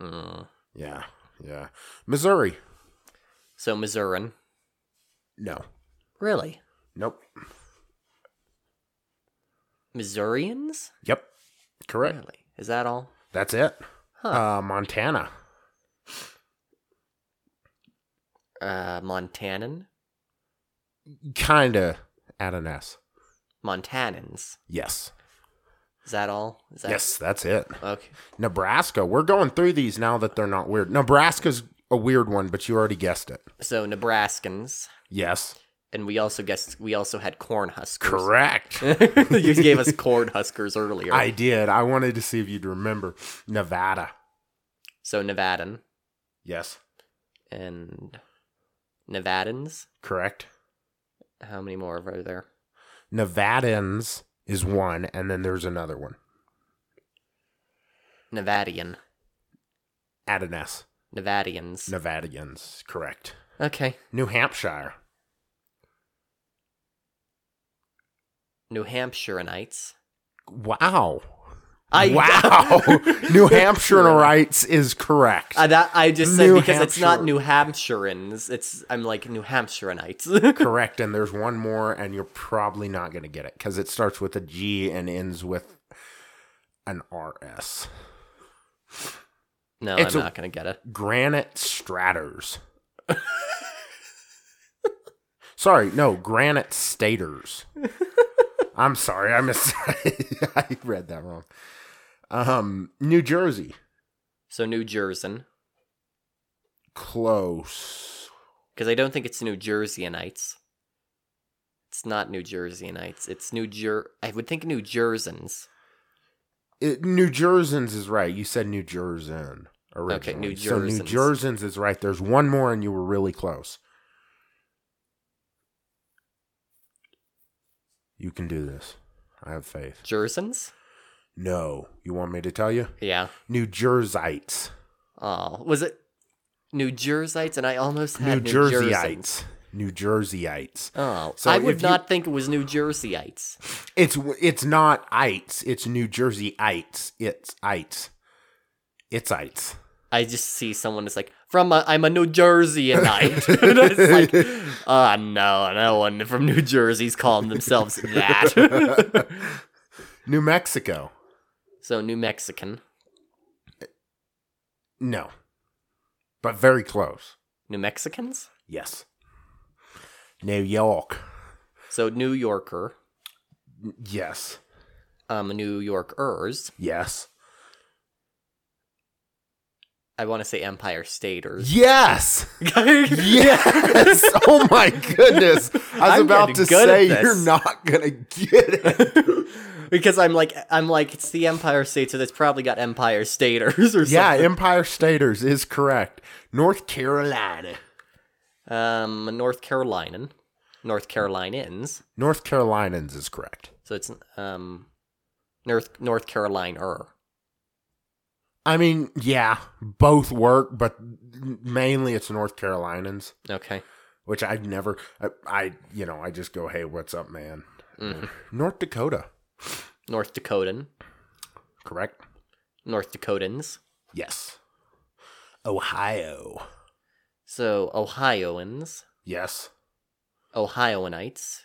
[SPEAKER 2] Mm.
[SPEAKER 1] Yeah. Yeah. Missouri.
[SPEAKER 2] So Missourian.
[SPEAKER 1] No.
[SPEAKER 2] Really,
[SPEAKER 1] Nope.
[SPEAKER 2] Missourians?
[SPEAKER 1] Yep. Correct.
[SPEAKER 2] Really? Is that all?
[SPEAKER 1] That's it.
[SPEAKER 2] Huh.
[SPEAKER 1] Uh, Montana.
[SPEAKER 2] uh, Montanan,
[SPEAKER 1] Kinda at an S.
[SPEAKER 2] Montanans.
[SPEAKER 1] Yes.
[SPEAKER 2] Is that all? Is that
[SPEAKER 1] Yes, that's it.
[SPEAKER 2] Okay.
[SPEAKER 1] Nebraska. We're going through these now that they're not weird. Nebraska's a weird one, but you already guessed it.
[SPEAKER 2] So Nebraskans
[SPEAKER 1] Yes.
[SPEAKER 2] and we also guessed we also had corn huskers.
[SPEAKER 1] Correct.
[SPEAKER 2] you gave us corn huskers earlier,
[SPEAKER 1] I did. I wanted to see if you'd remember Nevada.
[SPEAKER 2] so Nevadan
[SPEAKER 1] Yes.
[SPEAKER 2] and Nevadans.
[SPEAKER 1] Correct.
[SPEAKER 2] How many more are there?
[SPEAKER 1] Nevadans is one, and then there's another one.
[SPEAKER 2] Nevadian,
[SPEAKER 1] Add an S.
[SPEAKER 2] Nevadians.
[SPEAKER 1] Nevadians. Correct.
[SPEAKER 2] Okay,
[SPEAKER 1] New Hampshire.
[SPEAKER 2] New Hampshireites.
[SPEAKER 1] Wow.
[SPEAKER 2] I
[SPEAKER 1] wow. New Hampshireites is correct.
[SPEAKER 2] Uh, that I just said
[SPEAKER 1] New
[SPEAKER 2] because it's not
[SPEAKER 1] Hampshire.
[SPEAKER 2] New Hampshireans. It's I'm like New Hampshireites.
[SPEAKER 1] correct. And there's one more, and you're probably not going to get it because it starts with a G and ends with an RS.
[SPEAKER 2] no,
[SPEAKER 1] It's
[SPEAKER 2] I'm
[SPEAKER 1] a-
[SPEAKER 2] not gonna get it.
[SPEAKER 1] Granite Straters. sorry, no, Granite Staters. I'm sorry, I mis- I read that wrong. Um, New Jersey,
[SPEAKER 2] So New Jersey,
[SPEAKER 1] close.
[SPEAKER 2] because I don't think it's New Jerseyites. It's not New Jerseyites. It's New Jer. I would think New Jerseyans.
[SPEAKER 1] It, New Jerseyans is right. You said New Jersey originally.
[SPEAKER 2] New
[SPEAKER 1] So New
[SPEAKER 2] Jerseyans.
[SPEAKER 1] Jerseyans is right. There's one more, and you were really close. You can do this. I have faith.
[SPEAKER 2] Jerseyans.
[SPEAKER 1] No. You want me to tell you?
[SPEAKER 2] Yeah.
[SPEAKER 1] New Jerseyites.
[SPEAKER 2] Oh, was it New Jerseyites? And I almost
[SPEAKER 1] New
[SPEAKER 2] had New, Jerseyites.
[SPEAKER 1] Jerseyites. New Jerseyites.
[SPEAKER 2] Oh,
[SPEAKER 1] So
[SPEAKER 2] I
[SPEAKER 1] if
[SPEAKER 2] would
[SPEAKER 1] you-
[SPEAKER 2] not think it was New Jerseyites.
[SPEAKER 1] It's it's not ites. It's New Jerseyites. It's ites. It's ites.
[SPEAKER 2] I just see someone is like, from a, I'm a New Jerseyite. and I was like, oh no, no one from New Jersey's calling themselves that.
[SPEAKER 1] New Mexico.
[SPEAKER 2] so New Mexican,
[SPEAKER 1] No. But very close.
[SPEAKER 2] New Mexicans.
[SPEAKER 1] Yes. New York.
[SPEAKER 2] So New Yorker,
[SPEAKER 1] Yes.
[SPEAKER 2] um, New Yorkers.
[SPEAKER 1] Yes.
[SPEAKER 2] I want to say Empire Staters.
[SPEAKER 1] Yes. Yes. oh my goodness. I was
[SPEAKER 2] I'm
[SPEAKER 1] about
[SPEAKER 2] getting
[SPEAKER 1] to
[SPEAKER 2] good
[SPEAKER 1] say
[SPEAKER 2] at this.
[SPEAKER 1] you're not going to get it.
[SPEAKER 2] because I'm like, I'm like, it's the Empire State, so that's probably got Empire Staters or
[SPEAKER 1] Yeah,
[SPEAKER 2] something.
[SPEAKER 1] Empire Staters is correct. North Carolina.
[SPEAKER 2] Um, North Carolinan, North Carolinians.
[SPEAKER 1] North Carolinians is correct.
[SPEAKER 2] So it's um, North North Caroliner.
[SPEAKER 1] I mean, yeah, both work, but mainly it's North Carolinians,
[SPEAKER 2] Okay.
[SPEAKER 1] which I've never, I, I you know, I just go, hey, what's up, man?
[SPEAKER 2] Mhm.
[SPEAKER 1] North Dakota,
[SPEAKER 2] North Dakotan,
[SPEAKER 1] correct?
[SPEAKER 2] North Dakotans.
[SPEAKER 1] Yes. Ohio.
[SPEAKER 2] So Ohioans,
[SPEAKER 1] Yes.
[SPEAKER 2] Ohioanites.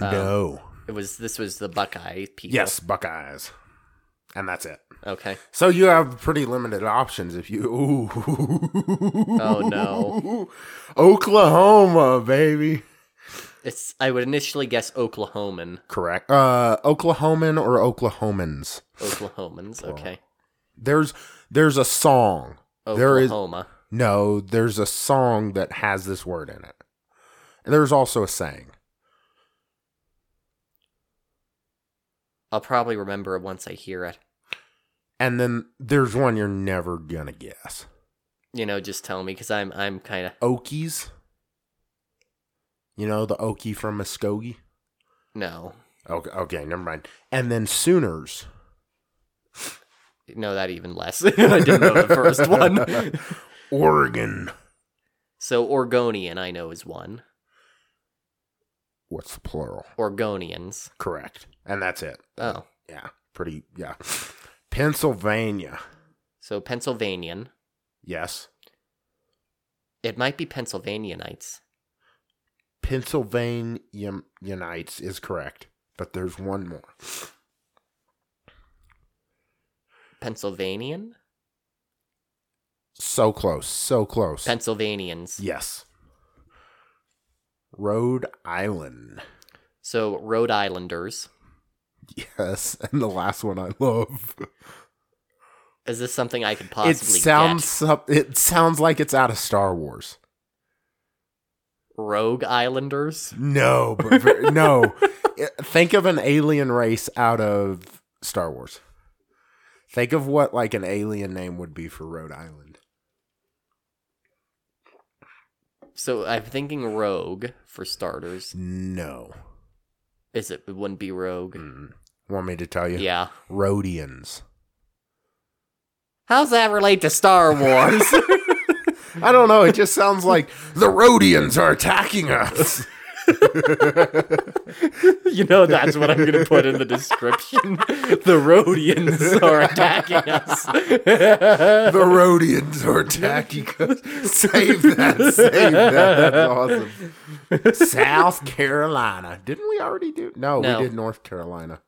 [SPEAKER 2] Um,
[SPEAKER 1] no.
[SPEAKER 2] It was this was the Buckeye people.
[SPEAKER 1] Yes, Buckeyes. And that's it.
[SPEAKER 2] Okay.
[SPEAKER 1] So you have pretty limited options if you. Ooh.
[SPEAKER 2] Oh, no.
[SPEAKER 1] Oklahoma, baby.
[SPEAKER 2] It's I would initially guess Oklahoman,
[SPEAKER 1] Correct. Uh, Oklahoman or Oklahomans.
[SPEAKER 2] Oklahomans. Okay.
[SPEAKER 1] There's there's a song. There is
[SPEAKER 2] Oklahoma.
[SPEAKER 1] no. There's a song that has this word in it. And there's also a saying.
[SPEAKER 2] I'll probably remember it once I hear it.
[SPEAKER 1] And then there's one you're never gonna guess.
[SPEAKER 2] You know, just tell me because I'm I'm kind of
[SPEAKER 1] Okies. You know the Okie from Muskogee.
[SPEAKER 2] no
[SPEAKER 1] Okay, okay, never mind. And then Sooners.
[SPEAKER 2] no that even less. I didn't know the first one.
[SPEAKER 1] Oregon.
[SPEAKER 2] So Oregonian I know is one.
[SPEAKER 1] What's the plural?
[SPEAKER 2] Oregonians.
[SPEAKER 1] Correct. And that's it.
[SPEAKER 2] Oh,
[SPEAKER 1] Yeah. Pretty yeah. Pennsylvania.
[SPEAKER 2] so Pennsylvanian.
[SPEAKER 1] Yes.
[SPEAKER 2] It might be Pennsylvanianites.
[SPEAKER 1] Pennsylvania Unites is correct. But there's one more.
[SPEAKER 2] Pennsylvanian?
[SPEAKER 1] So close. So close.
[SPEAKER 2] Pennsylvanians.
[SPEAKER 1] yes. Rhode Island.
[SPEAKER 2] So Rhode Islanders.
[SPEAKER 1] Yes. And the last one I love.
[SPEAKER 2] Is this something I could possibly
[SPEAKER 1] It sounds sup- it sounds like it's out of Star Wars.
[SPEAKER 2] get? Rogue Islanders.
[SPEAKER 1] No, but ver- no. Think of an alien race out of Star Wars. Think of what like an alien name would be for Rhode Island.
[SPEAKER 2] So I'm thinking Rogue for starters.
[SPEAKER 1] No.
[SPEAKER 2] Is it? It wouldn't be Rogue.
[SPEAKER 1] Mm. Want me to tell you?
[SPEAKER 2] Hmm. Yeah.
[SPEAKER 1] Rhodians.
[SPEAKER 2] How's that relate to Star Wars?
[SPEAKER 1] I don't know. It just sounds like the Rhodians are attacking us.
[SPEAKER 2] you know that's what I'm gonna put in the description. the Rhodians are attacking us.
[SPEAKER 1] The Rhodians are attacking us. Save that. Save that. That's awesome. South Carolina. Didn't we already do? No,
[SPEAKER 2] No.
[SPEAKER 1] we did North Carolina.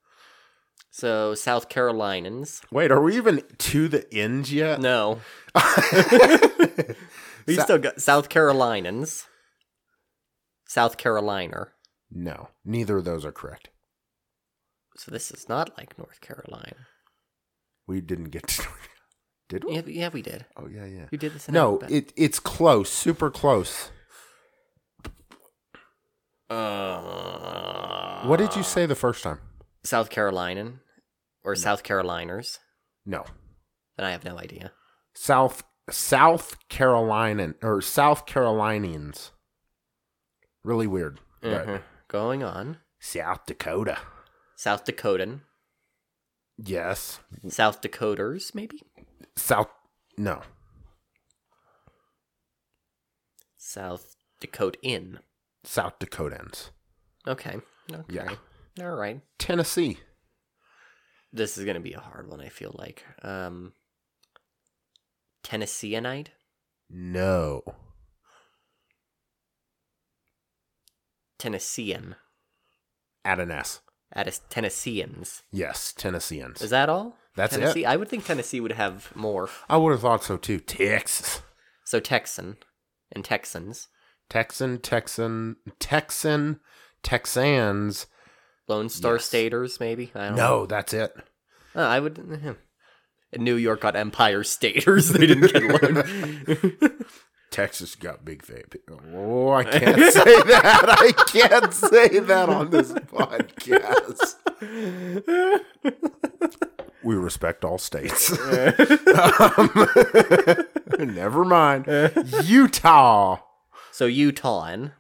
[SPEAKER 2] so South Carolinans.
[SPEAKER 1] Wait, are we even to the end yet?
[SPEAKER 2] No. We still got South Carolinans. South Caroliner.
[SPEAKER 1] No, neither of those are correct.
[SPEAKER 2] So this is not like North Carolina.
[SPEAKER 1] We didn't get to. Did we?
[SPEAKER 2] Yeah, yeah we did.
[SPEAKER 1] Oh yeah, yeah.
[SPEAKER 2] You did this in
[SPEAKER 1] No,
[SPEAKER 2] alphabet.
[SPEAKER 1] it it's close, super close.
[SPEAKER 2] Uh,
[SPEAKER 1] What did you say the first time?
[SPEAKER 2] South Carolinan or South Caroliners?
[SPEAKER 1] No,
[SPEAKER 2] Then I have no idea.
[SPEAKER 1] South South Carolina or South Carolinians. Really weird. but-
[SPEAKER 2] Mhm. Going on.
[SPEAKER 1] South Dakota.
[SPEAKER 2] South Dakotan.
[SPEAKER 1] Yes.
[SPEAKER 2] South Dakoters, maybe?
[SPEAKER 1] South. No.
[SPEAKER 2] South Dakota in.
[SPEAKER 1] South Dakotans.
[SPEAKER 2] Okay. okay.
[SPEAKER 1] Yeah.
[SPEAKER 2] All right.
[SPEAKER 1] Tennessee.
[SPEAKER 2] This is going to be a hard one, I feel like. Um, Tennesseanite?
[SPEAKER 1] No.
[SPEAKER 2] Tennessean.
[SPEAKER 1] Add an S.
[SPEAKER 2] That is Tennesseans.
[SPEAKER 1] Yes, Tennesseans.
[SPEAKER 2] Is that all?
[SPEAKER 1] That's it.
[SPEAKER 2] Tennessee? I would think Tennessee would have more.
[SPEAKER 1] I would have thought so too. Texas.
[SPEAKER 2] So Texan and Texans.
[SPEAKER 1] Texan, Texan, Texan, Texans.
[SPEAKER 2] Lone Star
[SPEAKER 1] Yes.
[SPEAKER 2] Staters, maybe? I don't know.
[SPEAKER 1] No, that's it.
[SPEAKER 2] Uh, I would. And New York got Empire Staters. They didn't get Lone.
[SPEAKER 1] Texas got big vape. Oh, I can't say that. I can't say that on this podcast. We respect all states. um, never mind. Utah.
[SPEAKER 2] so Utahn.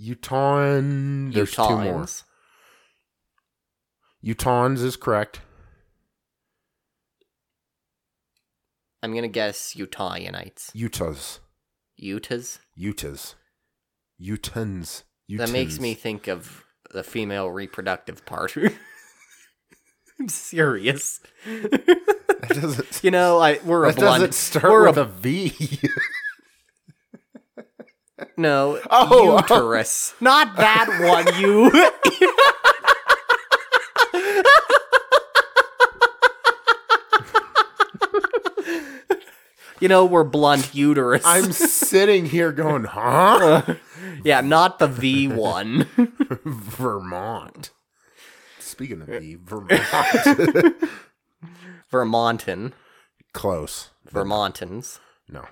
[SPEAKER 1] Utahan. There's two more.
[SPEAKER 2] Utahns.
[SPEAKER 1] Utahns is correct.
[SPEAKER 2] I'm gonna guess Utahianites.
[SPEAKER 1] Utahs.
[SPEAKER 2] Utahs.
[SPEAKER 1] Utahs. Utahns. Utahns.
[SPEAKER 2] That makes me think of the female reproductive part. I'm serious.
[SPEAKER 1] That doesn't.
[SPEAKER 2] you know, I we're a
[SPEAKER 1] That doesn't
[SPEAKER 2] blunt.
[SPEAKER 1] start
[SPEAKER 2] We're
[SPEAKER 1] with
[SPEAKER 2] a-
[SPEAKER 1] a V.
[SPEAKER 2] No,
[SPEAKER 1] Oh, oh.
[SPEAKER 2] uterus. Not that one. You. you know, we're blunt uterus.
[SPEAKER 1] I'm sitting here going, huh?
[SPEAKER 2] yeah, not the V one.
[SPEAKER 1] Vermont. Speaking of V, Vermont.
[SPEAKER 2] Vermontan.
[SPEAKER 1] Close.
[SPEAKER 2] Vermontans.
[SPEAKER 1] No.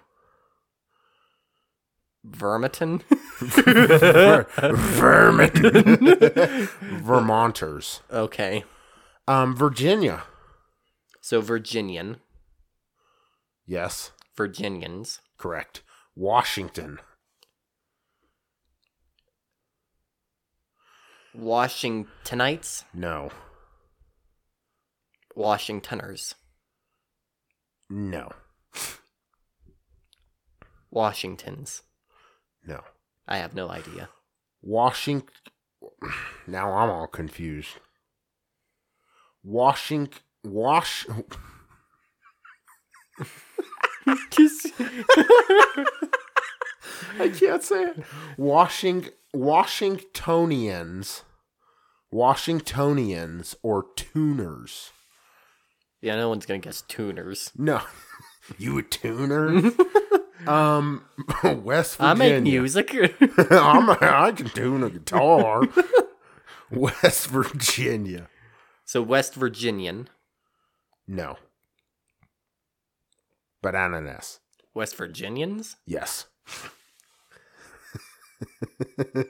[SPEAKER 2] Vermiton.
[SPEAKER 1] Ver- vermin. Vermonters.
[SPEAKER 2] Okay.
[SPEAKER 1] Um, Virginia.
[SPEAKER 2] So Virginian.
[SPEAKER 1] Yes,
[SPEAKER 2] Virginians.
[SPEAKER 1] correct. Washington.
[SPEAKER 2] Washingtonites.
[SPEAKER 1] No.
[SPEAKER 2] Washingtoners.
[SPEAKER 1] No.
[SPEAKER 2] Washingtons.
[SPEAKER 1] No.
[SPEAKER 2] I have no idea.
[SPEAKER 1] Washington. Now I'm all confused. Washington. Wash. I can't say it. Washing Washingtonians, Washingtonians or tuners.
[SPEAKER 2] yeah, no one's gonna guess tuners.
[SPEAKER 1] No, you a tuner? um, West Virginia.
[SPEAKER 2] I make music.
[SPEAKER 1] I'm a, I can tune a guitar. West Virginia.
[SPEAKER 2] so West Virginian.
[SPEAKER 1] No. But ananas.
[SPEAKER 2] West Virginians?
[SPEAKER 1] Yes.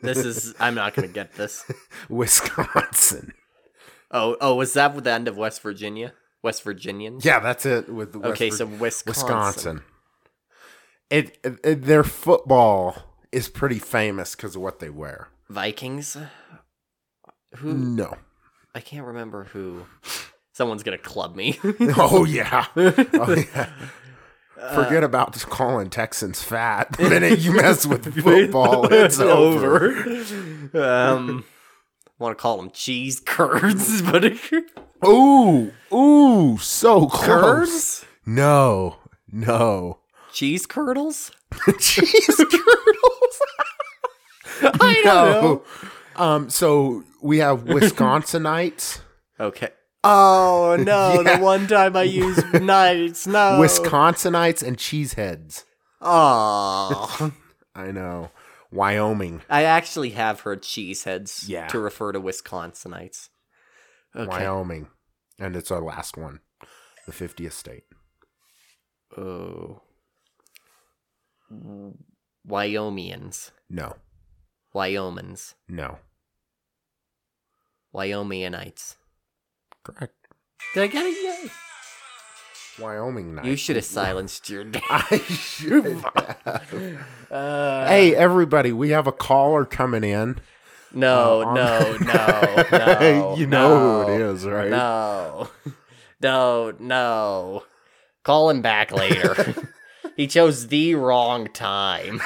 [SPEAKER 2] This is. I'm not gonna get this.
[SPEAKER 1] Wisconsin.
[SPEAKER 2] Oh, oh, was that with the end of West Virginia? West Virginian.
[SPEAKER 1] Yeah, that's it. With the West
[SPEAKER 2] okay,
[SPEAKER 1] Vir-
[SPEAKER 2] so Wisconsin.
[SPEAKER 1] Wisconsin. It, it, it- their football is pretty famous because of what they wear.
[SPEAKER 2] Vikings. Who?
[SPEAKER 1] No.
[SPEAKER 2] I can't remember who. Someone's gonna club me. Uh,
[SPEAKER 1] Oh yeah. Oh yeah. Forget about calling Texans fat. The minute you mess with football, it's over.
[SPEAKER 2] Um, want to call them cheese curds, but
[SPEAKER 1] Ooh, ooh, so close.
[SPEAKER 2] curds,
[SPEAKER 1] No, no.
[SPEAKER 2] cheese curdles.
[SPEAKER 1] Cheese turtles.
[SPEAKER 2] I
[SPEAKER 1] no. Um, so we have Wisconsinites.
[SPEAKER 2] Okay. Oh no!
[SPEAKER 1] Yeah.
[SPEAKER 2] The one time I used nights, no.
[SPEAKER 1] Wisconsinites and cheeseheads.
[SPEAKER 2] Oh,
[SPEAKER 1] I know. Wyoming.
[SPEAKER 2] I actually have heard cheeseheads
[SPEAKER 1] Yeah.
[SPEAKER 2] to refer to Wisconsinites. Okay.
[SPEAKER 1] Wyoming. And it's our last one. The 50th state.
[SPEAKER 2] Oh. W- Wyomians.
[SPEAKER 1] No.
[SPEAKER 2] Wyomans.
[SPEAKER 1] No.
[SPEAKER 2] Wyomianites.
[SPEAKER 1] Correct.
[SPEAKER 2] Did I get it? Yay.
[SPEAKER 1] Wyoming night.
[SPEAKER 2] You should have silenced your name.
[SPEAKER 1] I should. have.
[SPEAKER 2] Uh,
[SPEAKER 1] hey, everybody, we have a caller coming in.
[SPEAKER 2] No,
[SPEAKER 1] Uh,
[SPEAKER 2] no,
[SPEAKER 1] on-
[SPEAKER 2] no, no.
[SPEAKER 1] You know
[SPEAKER 2] no,
[SPEAKER 1] who it is, right?
[SPEAKER 2] No. No, no. Call him back later. he chose the wrong time.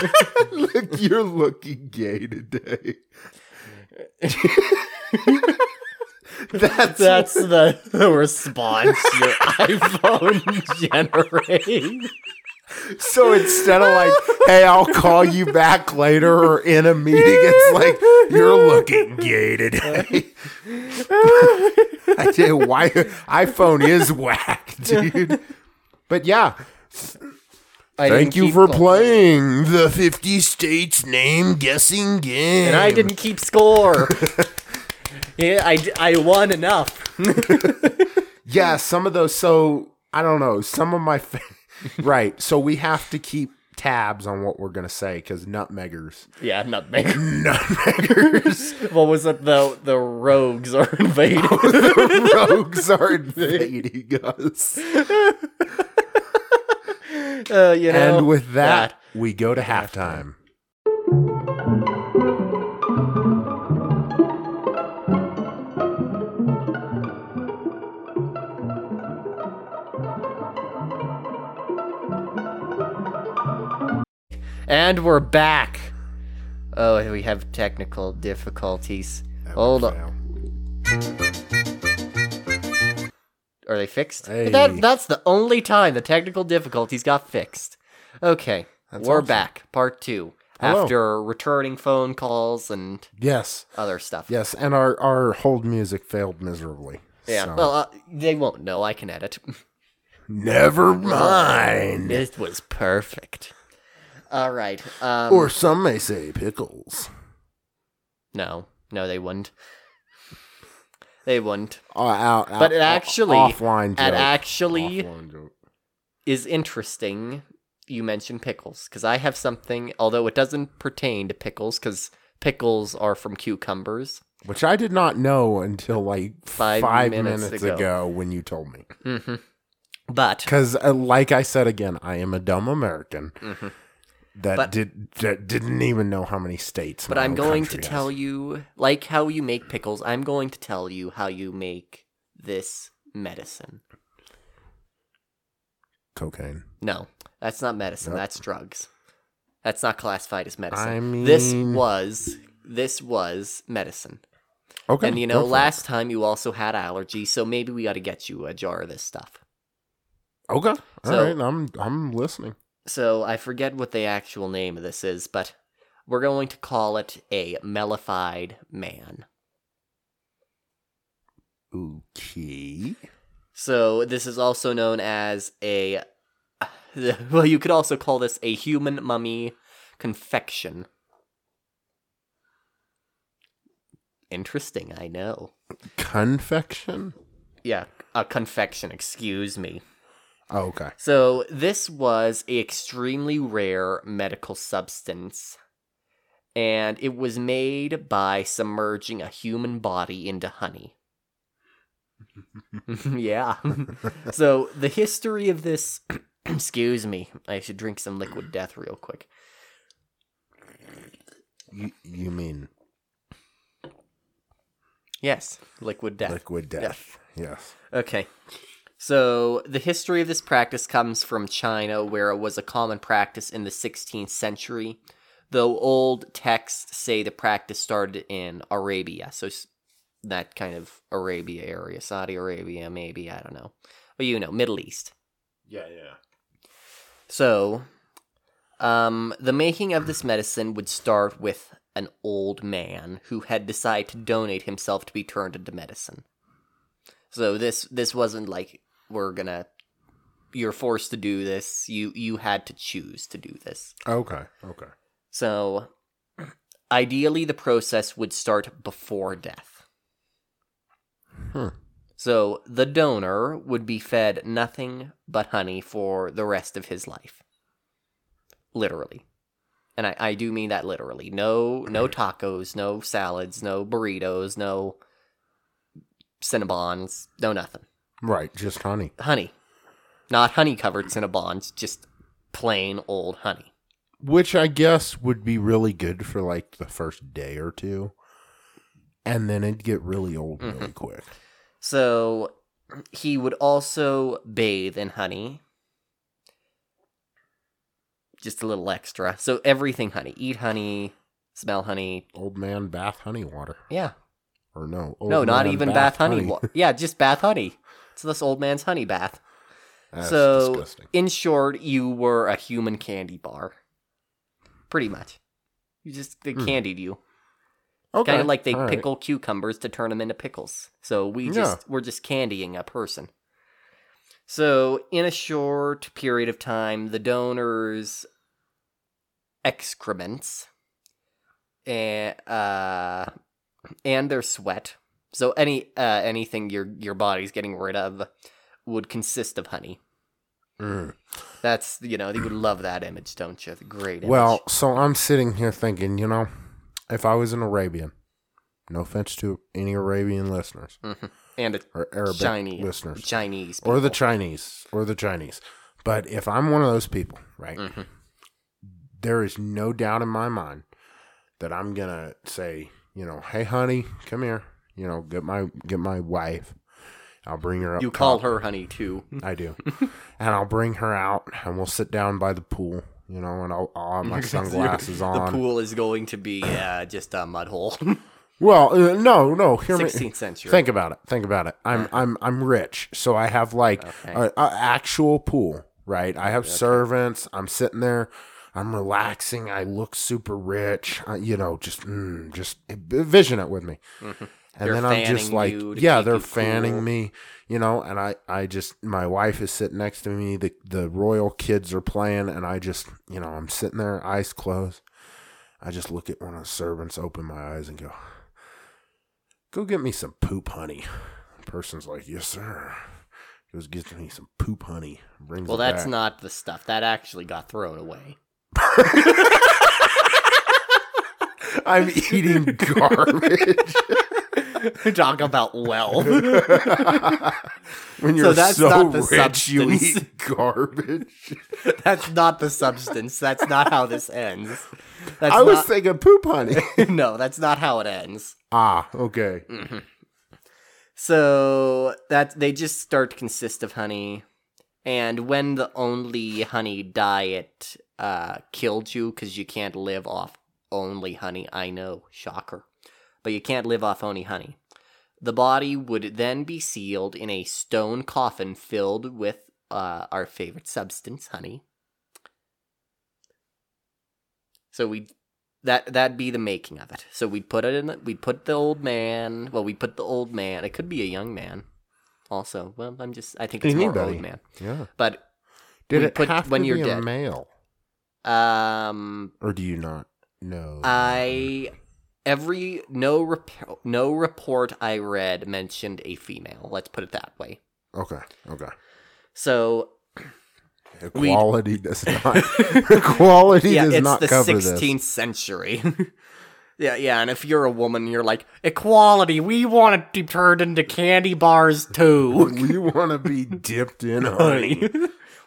[SPEAKER 1] Look, you're looking gay today. That's
[SPEAKER 2] That's the, the response your iPhone generates.
[SPEAKER 1] so instead of like, hey, I'll call you back later or in a meeting, it's like you're looking gay today. I tell you why iPhone is whack, dude. But yeah.
[SPEAKER 2] I
[SPEAKER 1] Thank
[SPEAKER 2] didn't
[SPEAKER 1] you
[SPEAKER 2] keep
[SPEAKER 1] for
[SPEAKER 2] calling.
[SPEAKER 1] playing the 50 states name guessing game.
[SPEAKER 2] And I didn't keep score. yeah, I, d- I won enough.
[SPEAKER 1] Yeah, some of those. So I don't know. Some of my fa- right. So we have to keep tabs on what we're gonna say because nutmeggers,
[SPEAKER 2] Yeah, nutmeg.
[SPEAKER 1] nutmeggers,
[SPEAKER 2] What was it? The the rogues are invading.
[SPEAKER 1] the rogues are invading us.
[SPEAKER 2] Uh, you know.
[SPEAKER 1] And with that, we go to halftime.
[SPEAKER 2] And we're back. Oh, we have technical difficulties. Hold on. Are they fixed?
[SPEAKER 1] Hey.
[SPEAKER 2] That, that's the only time the technical difficulties got fixed. Okay.
[SPEAKER 1] That's
[SPEAKER 2] we're
[SPEAKER 1] awesome.
[SPEAKER 2] back. Part two.
[SPEAKER 1] Hello.
[SPEAKER 2] After returning phone calls and
[SPEAKER 1] Yes,
[SPEAKER 2] other stuff.
[SPEAKER 1] yes, and our our hold music failed miserably.
[SPEAKER 2] Yeah.
[SPEAKER 1] so-
[SPEAKER 2] Well, uh, they won't know. I can edit.
[SPEAKER 1] never mind.
[SPEAKER 2] This was perfect. All right. Um,
[SPEAKER 1] Or some may say pickles.
[SPEAKER 2] no, no, they wouldn't. They wouldn't.
[SPEAKER 1] Uh, out, out,
[SPEAKER 2] But it actually-
[SPEAKER 1] offline
[SPEAKER 2] It
[SPEAKER 1] joke.
[SPEAKER 2] actually
[SPEAKER 1] Offline joke.
[SPEAKER 2] is interesting. You mentioned pickles because I have something, although it doesn't pertain to pickles because pickles are from cucumbers.
[SPEAKER 1] which I did not know until like
[SPEAKER 2] Five
[SPEAKER 1] five,
[SPEAKER 2] minutes
[SPEAKER 1] minutes,
[SPEAKER 2] ago.
[SPEAKER 1] ago. when you told me.
[SPEAKER 2] hmm But
[SPEAKER 1] Because, uh, like I said again, I am a dumb American
[SPEAKER 2] Mhm.
[SPEAKER 1] that
[SPEAKER 2] But-
[SPEAKER 1] did that didn't even know how many states.
[SPEAKER 2] but I'm going to tell you, like how you make pickles. I'm going to tell you how you make this medicine.
[SPEAKER 1] cocaine.
[SPEAKER 2] No, that's not medicine.
[SPEAKER 1] Nope.
[SPEAKER 2] That's drugs. That's not classified as medicine.
[SPEAKER 1] I
[SPEAKER 2] this
[SPEAKER 1] mean-
[SPEAKER 2] was this was medicine.
[SPEAKER 1] Okay,
[SPEAKER 2] and you
[SPEAKER 1] go
[SPEAKER 2] know,
[SPEAKER 1] for it.
[SPEAKER 2] last time you also had allergies, so maybe we got to get you a jar of this stuff.
[SPEAKER 1] okay, all
[SPEAKER 2] so-
[SPEAKER 1] right, I'm I'm listening.
[SPEAKER 2] So I forget what the actual name of this is, but we're going to call it a mellified man.
[SPEAKER 1] Okay,
[SPEAKER 2] So this is also known as a well, you could also call this a human mummy confection. Interesting, I know.
[SPEAKER 1] confection.
[SPEAKER 2] Yeah, a confection, excuse me.
[SPEAKER 1] Oh, okay,
[SPEAKER 2] So this was an extremely rare medical substance and it was made by submerging a human body into honey. yeah. so the history of this. excuse me. I should drink some liquid death real quick.
[SPEAKER 1] You, you mean
[SPEAKER 2] Yes, liquid death.
[SPEAKER 1] liquid death? Yes.
[SPEAKER 2] Okay. So, the history of this practice comes from China, where it was a common practice in the 16th century, though old texts say the practice started in Arabia. So, s- that kind of Arabia area, Saudi Arabia, maybe, I don't know. But you know, Middle East.
[SPEAKER 1] Yeah, yeah.
[SPEAKER 2] So, um, the making of this medicine would start with an old man who had decided to donate himself to be turned into medicine. So this this wasn't like we're gonna you're forced to do this. You you had to choose to do this.
[SPEAKER 1] Okay. Okay.
[SPEAKER 2] So ideally the process would start before death.
[SPEAKER 1] Hmm.
[SPEAKER 2] So the donor would be fed nothing but honey for the rest of his life. Literally. And I, I do mean that literally. No no tacos, no salads, no burritos, no Cinnabons, no nothing.
[SPEAKER 1] Right, just honey.
[SPEAKER 2] Honey. Not honey covered Cinnabons, just plain old honey.
[SPEAKER 1] Which I guess would be really good for like the first day or two. And then it'd get really old
[SPEAKER 2] Mm-hmm.
[SPEAKER 1] really quick.
[SPEAKER 2] So he would also bathe in honey. Just a little extra. So everything honey. Eat honey, smell honey.
[SPEAKER 1] Old man bath honey water.
[SPEAKER 2] Yeah.
[SPEAKER 1] Or no. old
[SPEAKER 2] no, not
[SPEAKER 1] man
[SPEAKER 2] even bath, honey. wa- yeah, just bath honey. It's this old man's honey bath.
[SPEAKER 1] That's
[SPEAKER 2] so,
[SPEAKER 1] disgusting.
[SPEAKER 2] in short, you were a human candy bar. Pretty much. You just, they
[SPEAKER 1] Hmm.
[SPEAKER 2] candied you.
[SPEAKER 1] Okay.
[SPEAKER 2] Kind of like they
[SPEAKER 1] all right.
[SPEAKER 2] pickle cucumbers to turn them into pickles. So we
[SPEAKER 1] Yeah.
[SPEAKER 2] just we're just candying a person. So in a short period of time, the donor's excrements and uh, and their sweat. So any uh, anything your your body's getting rid of would consist of honey.
[SPEAKER 1] Mm.
[SPEAKER 2] That's you know you would love that image, don't you? The great image.
[SPEAKER 1] Well, so I'm sitting here thinking, you know, if I was an Arabian, no offense to any Arabian listeners
[SPEAKER 2] Mhm. and a
[SPEAKER 1] or Arabic
[SPEAKER 2] Chinese
[SPEAKER 1] listeners
[SPEAKER 2] Chinese
[SPEAKER 1] or the
[SPEAKER 2] people.
[SPEAKER 1] Chinese or the Chinese, but if I'm one of those people, right,
[SPEAKER 2] Mhm.
[SPEAKER 1] there is no doubt in my mind that I'm gonna say, you know, hey, honey, come here, you know, get my get my wife. I'll bring her up.
[SPEAKER 2] you call
[SPEAKER 1] top.
[SPEAKER 2] her honey too.
[SPEAKER 1] I do. and I'll bring her out, and we'll sit down by the pool, you know, and I'll, I'll have my sunglasses on.
[SPEAKER 2] The pool is going to be uh, just a mud hole.
[SPEAKER 1] Well, uh, no, no. Hear me.
[SPEAKER 2] 16th century.
[SPEAKER 1] Think about it. Think about it. I'm I'm I'm rich, so I have like a, a actual pool, right? I have servants. I'm sitting there. I'm relaxing. I look super rich. I, you know, just mm, just vision it with me. And
[SPEAKER 2] Mm-hmm. They're
[SPEAKER 1] then I'm just
[SPEAKER 2] fanning
[SPEAKER 1] like,
[SPEAKER 2] you to
[SPEAKER 1] yeah,
[SPEAKER 2] keep
[SPEAKER 1] they're
[SPEAKER 2] you
[SPEAKER 1] fanning
[SPEAKER 2] cool.
[SPEAKER 1] me, you know. And I, I just, my wife is sitting next to me. The the royal kids are playing, and I just, you know, I'm sitting there, eyes closed. I just look at one of the servants, open my eyes, and go, "Go get me some poop, honey." The person's like, "Yes, sir." Goes gets me some poop, honey. Brings
[SPEAKER 2] well,
[SPEAKER 1] it
[SPEAKER 2] that's
[SPEAKER 1] back.
[SPEAKER 2] not the stuff. That actually got thrown away.
[SPEAKER 1] I'm eating garbage.
[SPEAKER 2] Talk about wealth.
[SPEAKER 1] when you're so,
[SPEAKER 2] that's not the
[SPEAKER 1] rich, you
[SPEAKER 2] substance.
[SPEAKER 1] eat garbage.
[SPEAKER 2] that's not the substance. That's not how this ends. That's
[SPEAKER 1] I was
[SPEAKER 2] not,
[SPEAKER 1] thinking poop, honey.
[SPEAKER 2] no, that's not how it ends.
[SPEAKER 1] ah, okay.
[SPEAKER 2] So that they just start to consist of honey, and when the only honey diet uh, killed you because you can't live off only honey, I know, shocker, but you can't live off only honey. The body would then be sealed in a stone coffin filled with uh, our favorite substance, honey. So we that that'd be the making of it. So we'd put it in. The, we'd put the old man. Well, we put the old man. It could be a young man, also. Well, I'm just. I think it's more
[SPEAKER 1] Anybody.
[SPEAKER 2] old man.
[SPEAKER 1] Yeah.
[SPEAKER 2] But
[SPEAKER 1] Did
[SPEAKER 2] We
[SPEAKER 1] it
[SPEAKER 2] put-
[SPEAKER 1] have
[SPEAKER 2] when
[SPEAKER 1] to
[SPEAKER 2] you're
[SPEAKER 1] be a
[SPEAKER 2] dead.
[SPEAKER 1] male,
[SPEAKER 2] um,
[SPEAKER 1] or do you not know?
[SPEAKER 2] I every no rep- no report I read mentioned a female. Let's put it that way.
[SPEAKER 1] okay, okay.
[SPEAKER 2] So
[SPEAKER 1] Equality does not. equality
[SPEAKER 2] yeah,
[SPEAKER 1] does
[SPEAKER 2] it's
[SPEAKER 1] not
[SPEAKER 2] the
[SPEAKER 1] cover
[SPEAKER 2] 16th century. Yeah, yeah, and if you're a woman, you're like, equality, we want to be turned into candy bars too.
[SPEAKER 1] we want to be dipped in
[SPEAKER 2] Oh,
[SPEAKER 1] honey.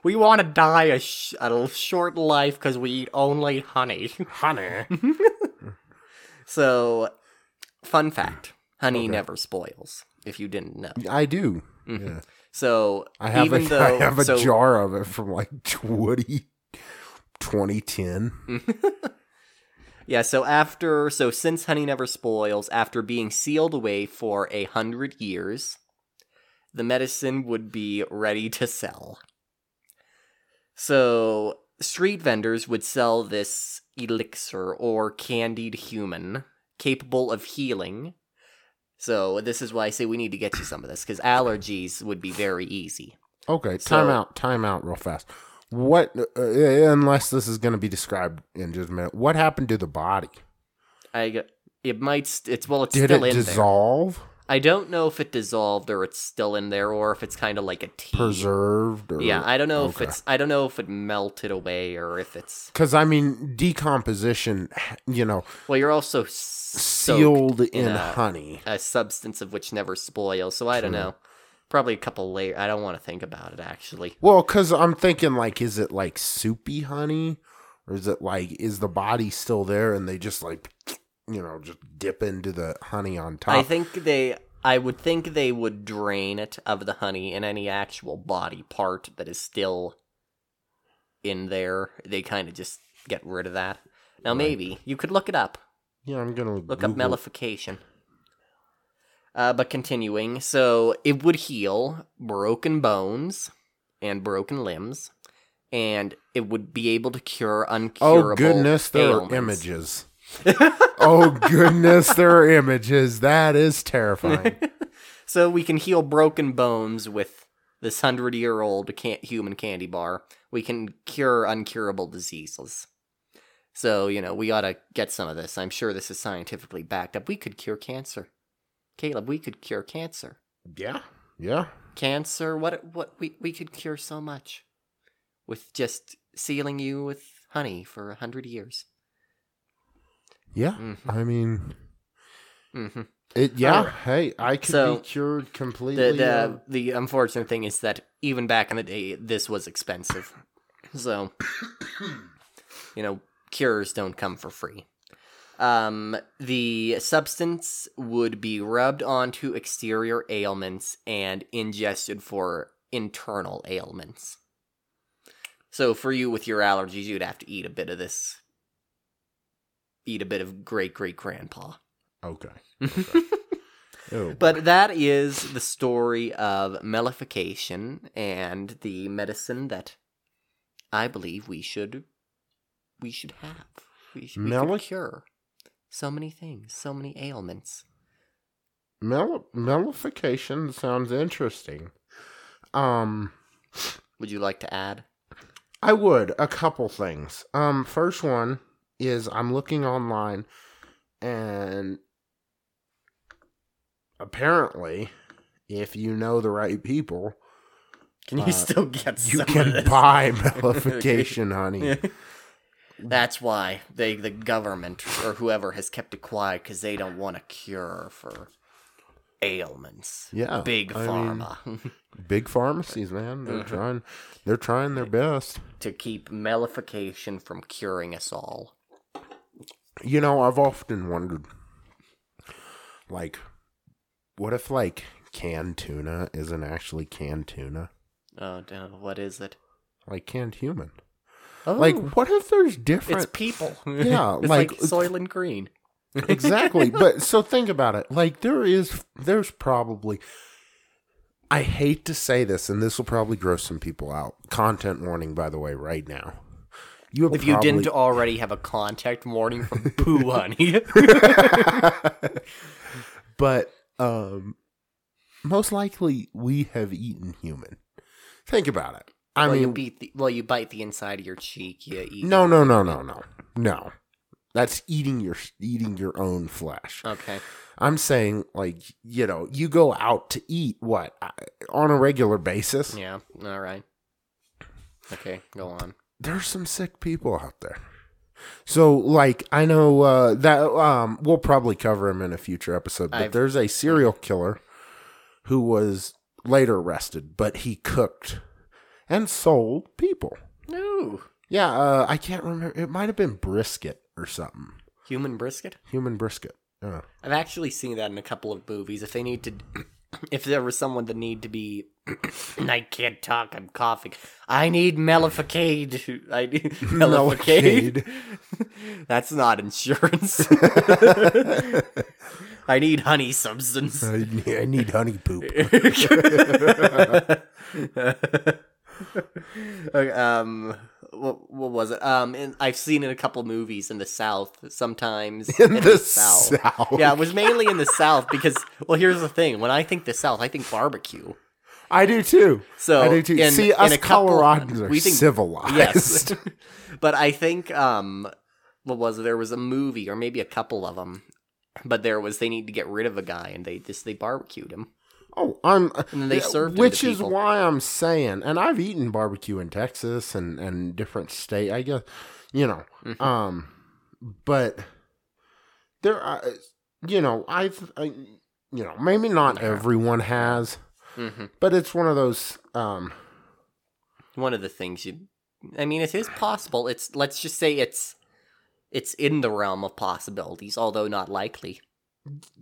[SPEAKER 2] we want to die a, sh- a short life because we eat only honey.
[SPEAKER 1] honey.
[SPEAKER 2] So, fun fact honey never spoils, if you didn't know.
[SPEAKER 1] I do.
[SPEAKER 2] Mhm.
[SPEAKER 1] Yeah.
[SPEAKER 2] So,
[SPEAKER 1] I have
[SPEAKER 2] even
[SPEAKER 1] a,
[SPEAKER 2] though.
[SPEAKER 1] I have a
[SPEAKER 2] so,
[SPEAKER 1] jar of it from like 20, 2010.
[SPEAKER 2] Yeah, so after. So, since honey never spoils, after being sealed away for a hundred years, the medicine would be ready to sell. So, street vendors would sell this elixir or candied human capable of healing. So, this is why I say we need to get you some of this because allergies would be very easy.
[SPEAKER 1] Okay,
[SPEAKER 2] So-
[SPEAKER 1] time out, time out, real fast. What, uh, uh, unless this is going to be described in just a minute, what happened to the body?
[SPEAKER 2] I g- it might st- it's well it's
[SPEAKER 1] Did
[SPEAKER 2] still
[SPEAKER 1] it
[SPEAKER 2] in
[SPEAKER 1] dissolve,
[SPEAKER 2] there. I don't know if it dissolved or it's still in there or if it's kind of like a tea.
[SPEAKER 1] preserved? Or,
[SPEAKER 2] Yeah, I don't know if
[SPEAKER 1] Okay.
[SPEAKER 2] it's I don't know if it melted away or if it's
[SPEAKER 1] Because I mean, decomposition, you know,
[SPEAKER 2] well you're also sealed
[SPEAKER 1] sealed in
[SPEAKER 2] in a-
[SPEAKER 1] honey.
[SPEAKER 2] a substance of which never spoils. So I don't
[SPEAKER 1] True.
[SPEAKER 2] know. Probably a couple layer. I don't want to think about it actually.
[SPEAKER 1] Well, because I'm thinking, like, is it like soupy honey, or is it like, is the body still there, and they just like, you know, just dip into the honey on top?
[SPEAKER 2] I think they I would think they would drain it of the honey and any actual body part that is still in there. They kind of just get rid of that. Now
[SPEAKER 1] Right.
[SPEAKER 2] maybe you could look it up.
[SPEAKER 1] yeah, I'm gonna
[SPEAKER 2] Look
[SPEAKER 1] Google-
[SPEAKER 2] up mellification. Uh, but continuing, so it would heal broken bones and broken limbs, and it would be able to cure uncurable.
[SPEAKER 1] Oh goodness, there
[SPEAKER 2] ailments.
[SPEAKER 1] are images. oh goodness, there are images. That is terrifying.
[SPEAKER 2] So we can heal broken bones with this hundred-year-old can- human candy bar. We can cure uncurable diseases. So you know we ought to get some of this. I'm sure this is scientifically backed up. We could cure cancer, Caleb. We could cure cancer.
[SPEAKER 1] yeah, yeah.
[SPEAKER 2] cancer what what we, we could cure so much with just sealing you with honey for a hundred years
[SPEAKER 1] Yeah.
[SPEAKER 2] mm-hmm.
[SPEAKER 1] I mean,
[SPEAKER 2] Mm-hmm.
[SPEAKER 1] it. Yeah.
[SPEAKER 2] Alright.
[SPEAKER 1] Hey, I could
[SPEAKER 2] So,
[SPEAKER 1] be cured completely. uh,
[SPEAKER 2] the the, the unfortunate thing is that even back in the day this was expensive so you know cures don't come for free um the substance would be rubbed onto exterior ailments and ingested for internal ailments so for you with your allergies you'd have to eat a bit of this eat a bit of great great grandpa
[SPEAKER 1] uh, okay. Oh,
[SPEAKER 2] But that is the story of mellification and the medicine that I believe we should we should have. We should we could
[SPEAKER 1] Melli-
[SPEAKER 2] cure so many things, so many ailments.
[SPEAKER 1] mel- mellification sounds interesting. Um.
[SPEAKER 2] Would you like to add?
[SPEAKER 1] I would a couple things. Um, first one is I'm looking online, and apparently, if you know the right people,
[SPEAKER 2] Can
[SPEAKER 1] you
[SPEAKER 2] still get
[SPEAKER 1] you can buy mellification honey.
[SPEAKER 2] That's why they the government or whoever has kept it quiet because they don't want a cure for ailments.
[SPEAKER 1] Yeah,
[SPEAKER 2] Big
[SPEAKER 1] I mean,
[SPEAKER 2] pharma.
[SPEAKER 1] Big pharmacies, man, they're
[SPEAKER 2] Mhm.
[SPEAKER 1] trying, they're trying their best.
[SPEAKER 2] to keep mellification from curing us all.
[SPEAKER 1] You know, I've often wondered, like, what if like canned tuna isn't actually canned tuna,
[SPEAKER 2] Oh, no, what is it?
[SPEAKER 1] like canned human.
[SPEAKER 2] Oh,
[SPEAKER 1] Like, what if there's
[SPEAKER 2] it's
[SPEAKER 1] different?
[SPEAKER 2] people.
[SPEAKER 1] Yeah,
[SPEAKER 2] it's like,
[SPEAKER 1] like-
[SPEAKER 2] Soylent Green.
[SPEAKER 1] exactly. But so think about it. Like there is, there's probably. I hate to say this, and this will probably gross some people out. Content warning, by the way, right now. You have
[SPEAKER 2] If you
[SPEAKER 1] probably-
[SPEAKER 2] didn't already have a contact warning from Poo Honey,
[SPEAKER 1] but um, most likely we have eaten human. Think about it. I
[SPEAKER 2] well, you
[SPEAKER 1] mean,
[SPEAKER 2] beat the, well, you bite the inside of your cheek. You eat.
[SPEAKER 1] no, no, no, no, no, no. That's eating your eating your own flesh.
[SPEAKER 2] Okay.
[SPEAKER 1] I'm saying, like, you know, you go out to eat what I- on a regular basis.
[SPEAKER 2] Yeah. All right. Okay. Go on.
[SPEAKER 1] There's some sick people out there. So, like, I know uh, that um, we'll probably cover him in a future episode, but
[SPEAKER 2] I've-
[SPEAKER 1] there's a serial killer who was later arrested, but he cooked and sold people.
[SPEAKER 2] No.
[SPEAKER 1] Yeah, uh, I can't remember. It might have been brisket or something.
[SPEAKER 2] Human brisket?
[SPEAKER 1] Human brisket. Uh,
[SPEAKER 2] I've actually seen that in a couple of movies. If they need to, if there was someone that need to be, I can't talk. I'm coughing. I need melificade. I need melificade. That's not insurance. I need honey substance.
[SPEAKER 1] I need- I need honey poop.
[SPEAKER 2] Okay, um, what, what was it? Um, and I've seen in a couple movies in the South sometimes.
[SPEAKER 1] In the
[SPEAKER 2] South.
[SPEAKER 1] South.
[SPEAKER 2] Yeah, it was mainly in the South because, well, here's the thing: when I think the South, I think barbecue.
[SPEAKER 1] I do too.
[SPEAKER 2] So
[SPEAKER 1] I do too.
[SPEAKER 2] in-
[SPEAKER 1] See,
[SPEAKER 2] in
[SPEAKER 1] us
[SPEAKER 2] a couple-
[SPEAKER 1] Coloradans are
[SPEAKER 2] we think-
[SPEAKER 1] civilized.
[SPEAKER 2] Yes, but I think um, what was it? There was a movie or maybe a couple of them, but there was they need to get rid of a guy and they just they barbecued him.
[SPEAKER 1] Oh, I'm.
[SPEAKER 2] And then they served 'em to
[SPEAKER 1] which is
[SPEAKER 2] people.
[SPEAKER 1] why I'm saying, and I've eaten barbecue in Texas and and different state. I guess you know,
[SPEAKER 2] Mhm.
[SPEAKER 1] um, but there are, you know, I've, I, you know, maybe not everyone has,
[SPEAKER 2] hmm
[SPEAKER 1] but it's one of those. Um,
[SPEAKER 2] One of the things you, I mean, it is possible. It's let's just say it's it's in the realm of possibilities, although not likely.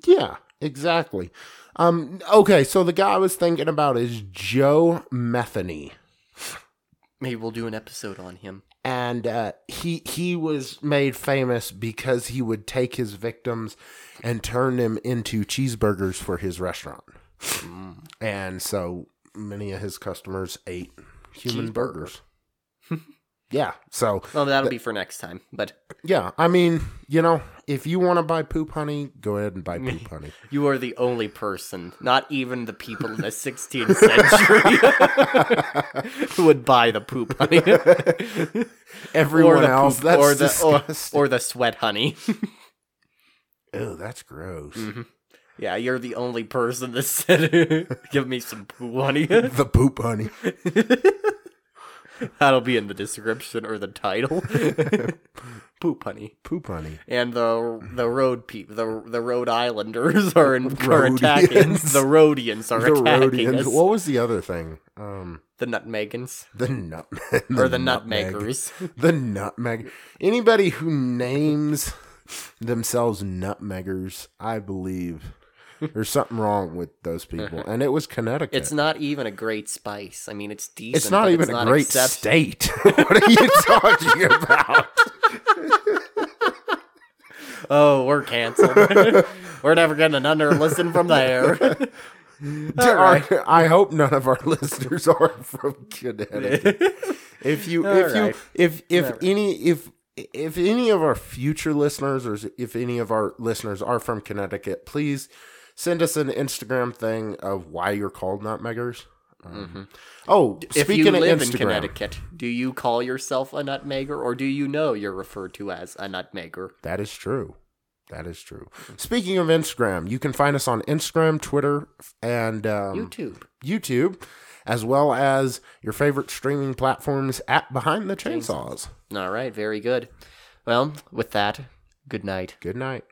[SPEAKER 1] yeah, exactly. Um, okay, so the guy I was thinking about is Joe Metheny.
[SPEAKER 2] Maybe we'll do an episode on him.
[SPEAKER 1] and uh, he he was made famous because he would take his victims and turn them into cheeseburgers for his restaurant, Mm. and so many of his customers ate human
[SPEAKER 2] Cheeseburger.
[SPEAKER 1] burgers. yeah, so
[SPEAKER 2] Well, that'll be for next time. But
[SPEAKER 1] yeah, I mean, you know, if you want to buy poop honey, go ahead and buy poop honey.
[SPEAKER 2] You are the only person, not even the people in the 16th century, who would buy the poop honey.
[SPEAKER 1] Everyone
[SPEAKER 2] the
[SPEAKER 1] else,
[SPEAKER 2] poop-
[SPEAKER 1] that's
[SPEAKER 2] or the
[SPEAKER 1] disgusting.
[SPEAKER 2] or, or the sweat honey.
[SPEAKER 1] oh, that's gross.
[SPEAKER 2] Mm-hmm. yeah, you're the only person that said, "Give me some poop honey."
[SPEAKER 1] The poop honey.
[SPEAKER 2] That'll be in the description or the title. poop honey.
[SPEAKER 1] Poop honey.
[SPEAKER 2] and the the road people, the the Rhode Islanders are in, are
[SPEAKER 1] Rhodians.
[SPEAKER 2] attacking. The Rhodians are
[SPEAKER 1] The
[SPEAKER 2] attacking
[SPEAKER 1] Rhodians.
[SPEAKER 2] us.
[SPEAKER 1] What was the other thing? Um,
[SPEAKER 2] The Nutmegans
[SPEAKER 1] The nutmeg.
[SPEAKER 2] or the
[SPEAKER 1] nutmeg.
[SPEAKER 2] Nutmeggers.
[SPEAKER 1] The nutmeg. Anybody who names themselves nutmeggers, I believe there's something wrong with those people. And it was Connecticut.
[SPEAKER 2] It's not even a great spice. I mean, it's decent.
[SPEAKER 1] It's not
[SPEAKER 2] but
[SPEAKER 1] even
[SPEAKER 2] it's
[SPEAKER 1] a
[SPEAKER 2] not
[SPEAKER 1] great
[SPEAKER 2] accept-
[SPEAKER 1] state. what are you talking about?
[SPEAKER 2] Oh, we're canceled. we're never getting another listen from there. All right.
[SPEAKER 1] Our- I hope none of our listeners are from Connecticut. If you, if
[SPEAKER 2] All right.
[SPEAKER 1] you, if if
[SPEAKER 2] All right.
[SPEAKER 1] any, if if any of our future listeners or if any of our listeners are from Connecticut, please send us an Instagram thing of why you're called nutmeggers. Um, Oh,
[SPEAKER 2] Mm-hmm. If
[SPEAKER 1] speaking
[SPEAKER 2] you
[SPEAKER 1] of
[SPEAKER 2] live
[SPEAKER 1] Instagram,
[SPEAKER 2] in Connecticut, do you call yourself a nutmegger or do you know you're referred to as a nutmegger?
[SPEAKER 1] that is true. That is true. Speaking of Instagram, you can find us on Instagram, Twitter, and um,
[SPEAKER 2] YouTube.
[SPEAKER 1] YouTube, as well as your favorite streaming platforms at Behind the Chainsaws.
[SPEAKER 2] All right, very good. Well, with that, good night.
[SPEAKER 1] Good night.